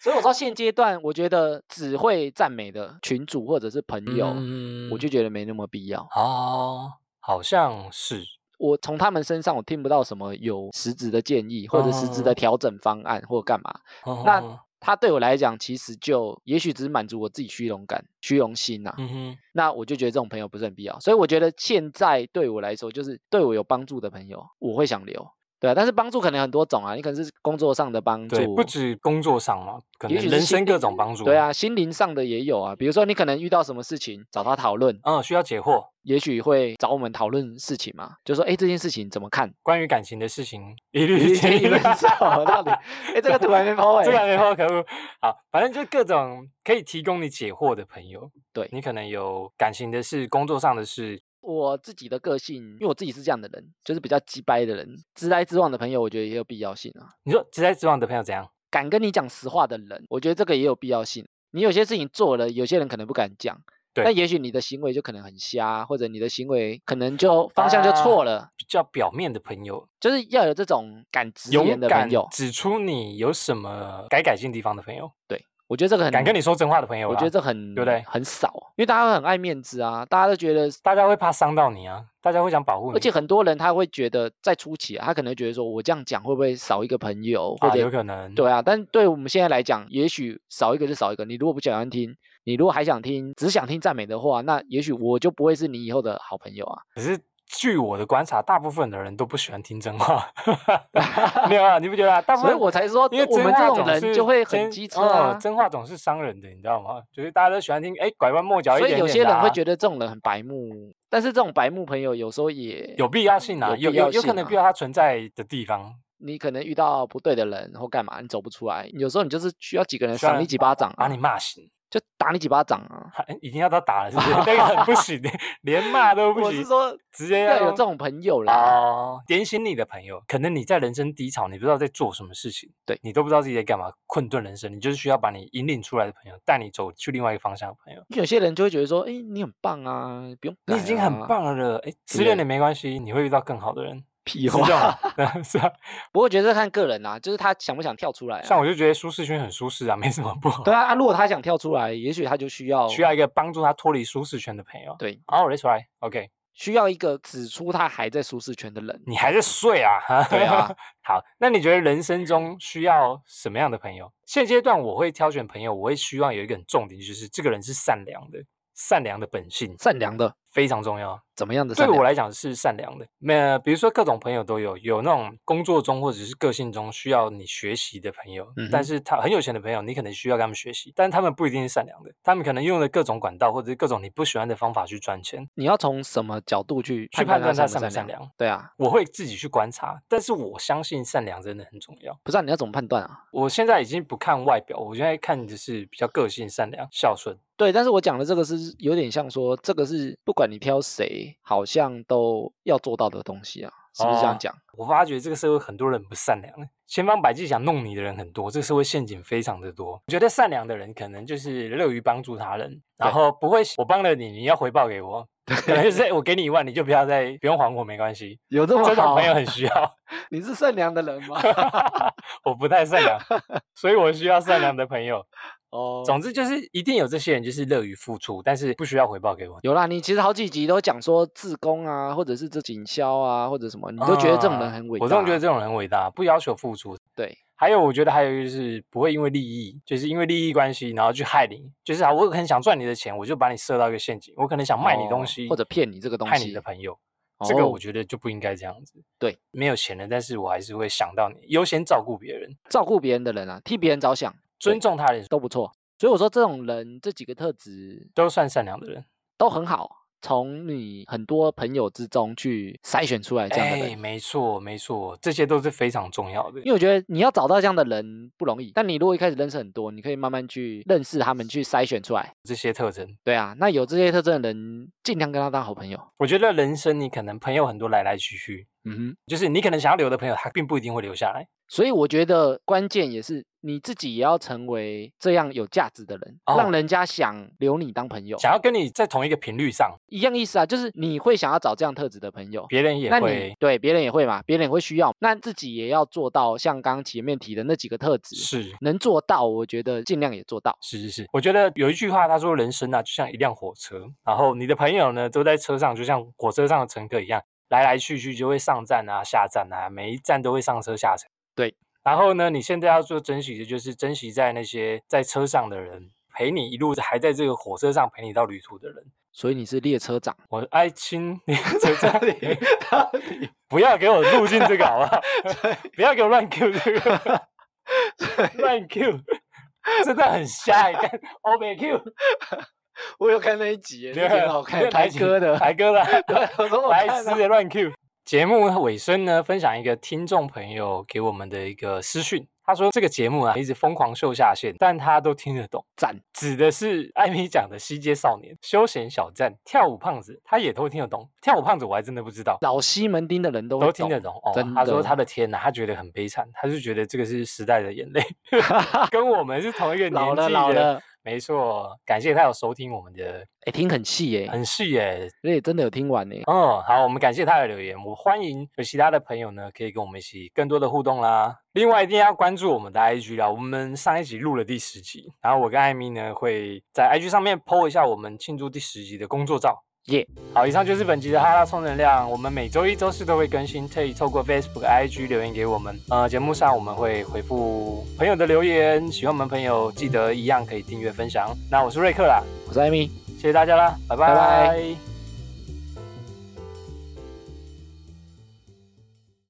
S2: 所以我说现阶段，我觉得只会赞美的群主或者是朋友，
S1: 嗯
S2: 我就觉得没那么必要。
S1: 哦，好像是，
S2: 我从他们身上我听不到什么有实质的建议或者实质的
S1: 哦
S2: 调整方案或干嘛。那他对我来讲，其实就也许只是满足我自己虚荣感、虚荣心啊呐、
S1: 嗯哼，
S2: 那我就觉得这种朋友不是很必要。所以我觉得现在对我来说，就是对我有帮助的朋友，我会想留。对啊，但是帮助可能很多种啊，你可能是工作上的帮助，
S1: 对，不止工作上嘛，可
S2: 也
S1: 能
S2: 许
S1: 人
S2: 是心
S1: 生各
S2: 灵
S1: 种帮助。
S2: 对，啊，心灵上的也有啊。比如说你可能遇到什么事情，找他讨论，
S1: 嗯，需要解惑。
S2: 也许会找我们讨论事情嘛，就说哎这件事情怎么看？
S1: 关于感情的事情，一 [LAUGHS]
S2: 你
S1: 律建议
S2: 你们知道到底？哎，这个图还没抛
S1: [LAUGHS]
S2: 哎、
S1: 这个没话可恶。好，反正就各种可以提供你解惑的朋友。
S2: 对
S1: 你可能有感情的事、工作上的事，
S2: 我自己的个性，因为我自己是这样的人，就是比较鸡掰的人，直来直往的朋友，我觉得也有必要性啊。
S1: 你说直来直往的朋友怎样？
S2: 敢跟你讲实话的人，我觉得这个也有必要性。你有些事情做了，有些人可能不敢讲，
S1: 对
S2: 那也许你的行为就可能很瞎，或者你的行为可能就方向就
S1: 啊
S2: 错了，
S1: 比较表面的朋友，
S2: 就是要有这种敢直
S1: 勇
S2: 言的
S1: 敢
S2: 朋友。
S1: 指出你有什么该改进地方的朋友，
S2: 我觉得这个很
S1: 敢跟你说真话的朋友
S2: 我
S1: 啦，
S2: 觉得这很
S1: 对不对
S2: 很少，因为大家会很爱面子啊，大家都觉得，
S1: 大家会怕伤到你啊，大家会想保护你，
S2: 而且很多人他会觉得在初期啊，他可能觉得说我这样讲会不会少一个朋友，或
S1: 啊，
S2: 者
S1: 有可能，
S2: 对啊，但对我们现在来讲，也许少一个就少一个。你如果不喜欢听，你如果还想听，只想听赞美的话，那也许我就不会是你以后的好朋友啊。
S1: 据我的观察，大部分的人都不喜欢听真
S2: [LAUGHS]
S1: 话， [LAUGHS] 没有啊？你不觉得、啊？大部
S2: 所
S1: 分
S2: 以我才说，
S1: 因为
S2: 我
S1: 真
S2: 们
S1: 话
S2: 这种
S1: 总
S2: 人
S1: 是
S2: 就会很
S1: 真
S2: 机车啊
S1: 嗯。真话总是伤人的，你知道吗？就是大家都喜欢听，哎，拐弯抹角一
S2: 所
S1: 点点、
S2: 以
S1: 啊。
S2: 有些人会觉得这种人很白目，但是这种白目朋友有时候也
S1: 有必要性啊，
S2: 有
S1: 有
S2: 必要
S1: 有有可
S2: 性
S1: 能
S2: 啊
S1: 必要它存在的地方，
S2: 你可能遇到不对的人或干嘛，你走不出来。有时候你就是需要几个人
S1: 需要
S2: 赏你
S1: 人
S2: 几巴掌
S1: 把
S2: 啊，
S1: 你骂醒，
S2: 就打你几巴掌啊。
S1: 还已经要到打了，
S2: [LAUGHS]
S1: 是不是？那个很不行的，连骂都不
S2: 我
S1: 行。啊
S2: 是说，
S1: 直接
S2: 要有
S1: 用
S2: 这种啊朋友啦。
S1: 哦，点醒你的朋友，可能你在人生低潮，你不知道在做什么事情，
S2: 对
S1: 你都不知道自己在干嘛，困顿人生，你就是需要把你引领出来的朋友，带你走去另外一个方向的朋友。
S2: 有些人就会觉得说，哎，你很棒啊，不用
S1: 你已经很
S2: 棒。
S1: 棒了，哎，失
S2: 对
S1: 恋了没关系，你会遇到更好的人。
S2: 屁
S1: 是这样吗，对 [LAUGHS] 是啊。
S2: 不过我觉得这看个人啦、就是他想不想跳出来、
S1: 像
S2: 啊。
S1: 我就觉得舒适圈很舒适啊，没什么不好。
S2: 对啊，啊如果他想跳出来，也许他就需要
S1: 需要一个帮助他脱离舒适圈的朋友。
S2: 对
S1: 哦，That's right。OK，
S2: 需要一个指出他还在舒适圈
S1: [LAUGHS]
S2: 的人。
S1: 你还在睡啊？
S2: 对啊。
S1: [LAUGHS] 好，那你觉得人生中需要什么样的朋友？现阶段我会挑选朋友，我会希望有一个很重点，就是这个人是善良的，善良的本性，
S2: 善良的，
S1: 非常重要。
S2: 怎么样的
S1: 对
S2: 善良？
S1: 我来讲是善良的。那比如说各种朋友都有，有那种工作中或者是个性中需要你学习的朋友，
S2: 嗯哼
S1: 但是他很有钱的朋友，你可能需要跟他们学习，但他们不一定是善良的，他们可能用了各种管道或者是各种你不喜欢的方法去赚钱。
S2: 你要从什么角度去
S1: 去判
S2: 判
S1: 断他
S2: 断善
S1: 善不
S2: 善
S1: 善良？
S2: 对啊，
S1: 我会自己去观察，但是我相信善良真的很重要。
S2: 不知道你要怎么判断啊？
S1: 我现在已经不看外表，我现在看的是比较个性、善良、孝顺。
S2: 对，但是我讲的这个是有点像说，这个是不管你挑谁，好像都要做到的东西啊，是不是这样
S1: 哦
S2: 讲？
S1: 我发觉这个社会很多人不善良，千方百计想弄你的人很多，这个社会陷阱非常的多。我觉得善良的人可能就是乐于帮助他人，然
S2: 对
S1: 后不会我帮了你，你要回报给
S2: [LAUGHS]
S1: 我，可能就是我给你一万，你就不要再不用还我，没关系。
S2: 有这么
S1: 这种
S2: 好
S1: 朋友
S2: 啊？
S1: 很需要， [LAUGHS]
S2: 你是善良的人吗？
S1: 我不太善
S2: [LAUGHS]
S1: 良，所以我需要善良的朋友。
S2: 哦，
S1: 总之就是一定有这些人，就是乐于付出，但是不需要回报给我。
S2: 有啦，你其实好几集都讲说自工啊，或者是这警消啊，或者什么，你都觉得这种人
S1: 啊
S2: 很伟大啊、
S1: 我真的觉得这种人很伟大，不要求付出。
S2: 对，
S1: 还有，我觉得还有就是不会因为利益，就是因为利益关系，然后去害你。就是啊，我很想赚你的钱，我就把你设到一个陷阱，我可能想卖你
S2: 哦
S1: 东西，
S2: 或者骗你这个东
S1: 害
S2: 西
S1: 你的朋友。这个
S2: 哦
S1: 我觉得就不应该这样子。
S2: 对，
S1: 没有钱了，但是我还是会想到你，优先照顾别人，
S2: 照顾别人的人啊，替别人着想
S1: 尊重他人，
S2: 都不错。所以我说这种人这几个特质
S1: 都算善良的人。
S2: 都很好，从你很多朋友之中去筛选出来这样的人。
S1: 哎，没错，没错，这些都是非常重要的
S2: 因。为我觉得你要找到这样的人不容易，但你如果一开始认识很多，你可以慢慢去认识他们，去筛选出来。
S1: 这些特征，
S2: 对啊，那有这些特征的人，尽量跟他当好朋友。
S1: 我觉得人生你可能朋友很多来来去去，
S2: 嗯哼，
S1: 就是你可能想要留的朋友，他并不一定会留下来。
S2: 所以我觉得关键也是你自己也要成为这样有价值的人，
S1: 哦
S2: 让人家想留你当朋友，
S1: 想要跟你在同一个频率上，
S2: 一样意思啊，就是你会想要找这样特质的朋友。
S1: 别人也
S2: 那你
S1: 会
S2: 对别人也会嘛，别人也会需要，那自己也要做到像刚刚前面提的那几个特质，
S1: 是。
S2: 能做到，我觉得尽量也做到。
S1: 是是是，我觉得有一句话，他说人生啊就像一辆火车，然后你的朋友呢都在车上，就像火车上的乘客一样，来来去去就会上站啊下站啊，每一站都会上车下车。
S2: 对，
S1: 然后呢，你现在要做珍惜的就是珍惜在那些在车上的人，陪你一路还在这个火车上陪你到旅途的人。
S2: 所以你是列车长，
S1: 我爱亲你在这里，不要给我录进这个好不好？不要给我乱 Q 这个，乱 Q，真的很瞎，欸你看欧美 Q，
S2: [LAUGHS] 我有看那一 [LAUGHS] 集耶，那集很
S1: [LAUGHS]
S2: 好看，台哥的，，
S1: 台哥的
S2: 对， [LAUGHS] 我说我
S1: 白
S2: 看
S1: 痴
S2: 了
S1: 的乱 Q。节目尾声呢，分享一个听众朋友给我们的一个私讯，他说这个节目啊一直疯狂秀下限，但他都听得懂。
S2: 赞，
S1: 指的是艾米讲的西街少年、休闲小站、跳舞胖子，他也都听得懂。跳舞胖子我还真的不知道，
S2: 老西门町的人都
S1: 都
S2: 会
S1: 听得。懂哦
S2: 真。
S1: 他说
S2: 的
S1: 他的天呐，他觉得很悲惨，他就觉得这个是时代的眼
S2: [LAUGHS]
S1: 泪，跟我们是同一个年纪
S2: 老了
S1: 的。
S2: 老了，
S1: 没错，感谢他有收听我们的，
S2: 哎，听很细耶，
S1: 很细耶。
S2: 而且真的有听完耶。
S1: 嗯，好，我们感谢他的留言，我欢迎有其他的朋友呢，可以跟我们一起更多的互动啦。另外，一定要关注我们的 IG 啦，我们上一集录了第十集，然后我跟艾米呢会在 IG 上面 PO 一下我们庆祝第十集的工作照。
S2: 耶，
S1: 好，以上就是本集的哈拉充能量。我们每周一、周四都会更新，可以透过 Facebook、IG 留言给我们。呃，节目上我们会回复朋友的留言，喜欢我们朋友记得一样可以订阅分享。那我是瑞克啦，
S2: 我是艾米。
S1: 谢谢大家啦，拜
S2: 拜
S1: 拜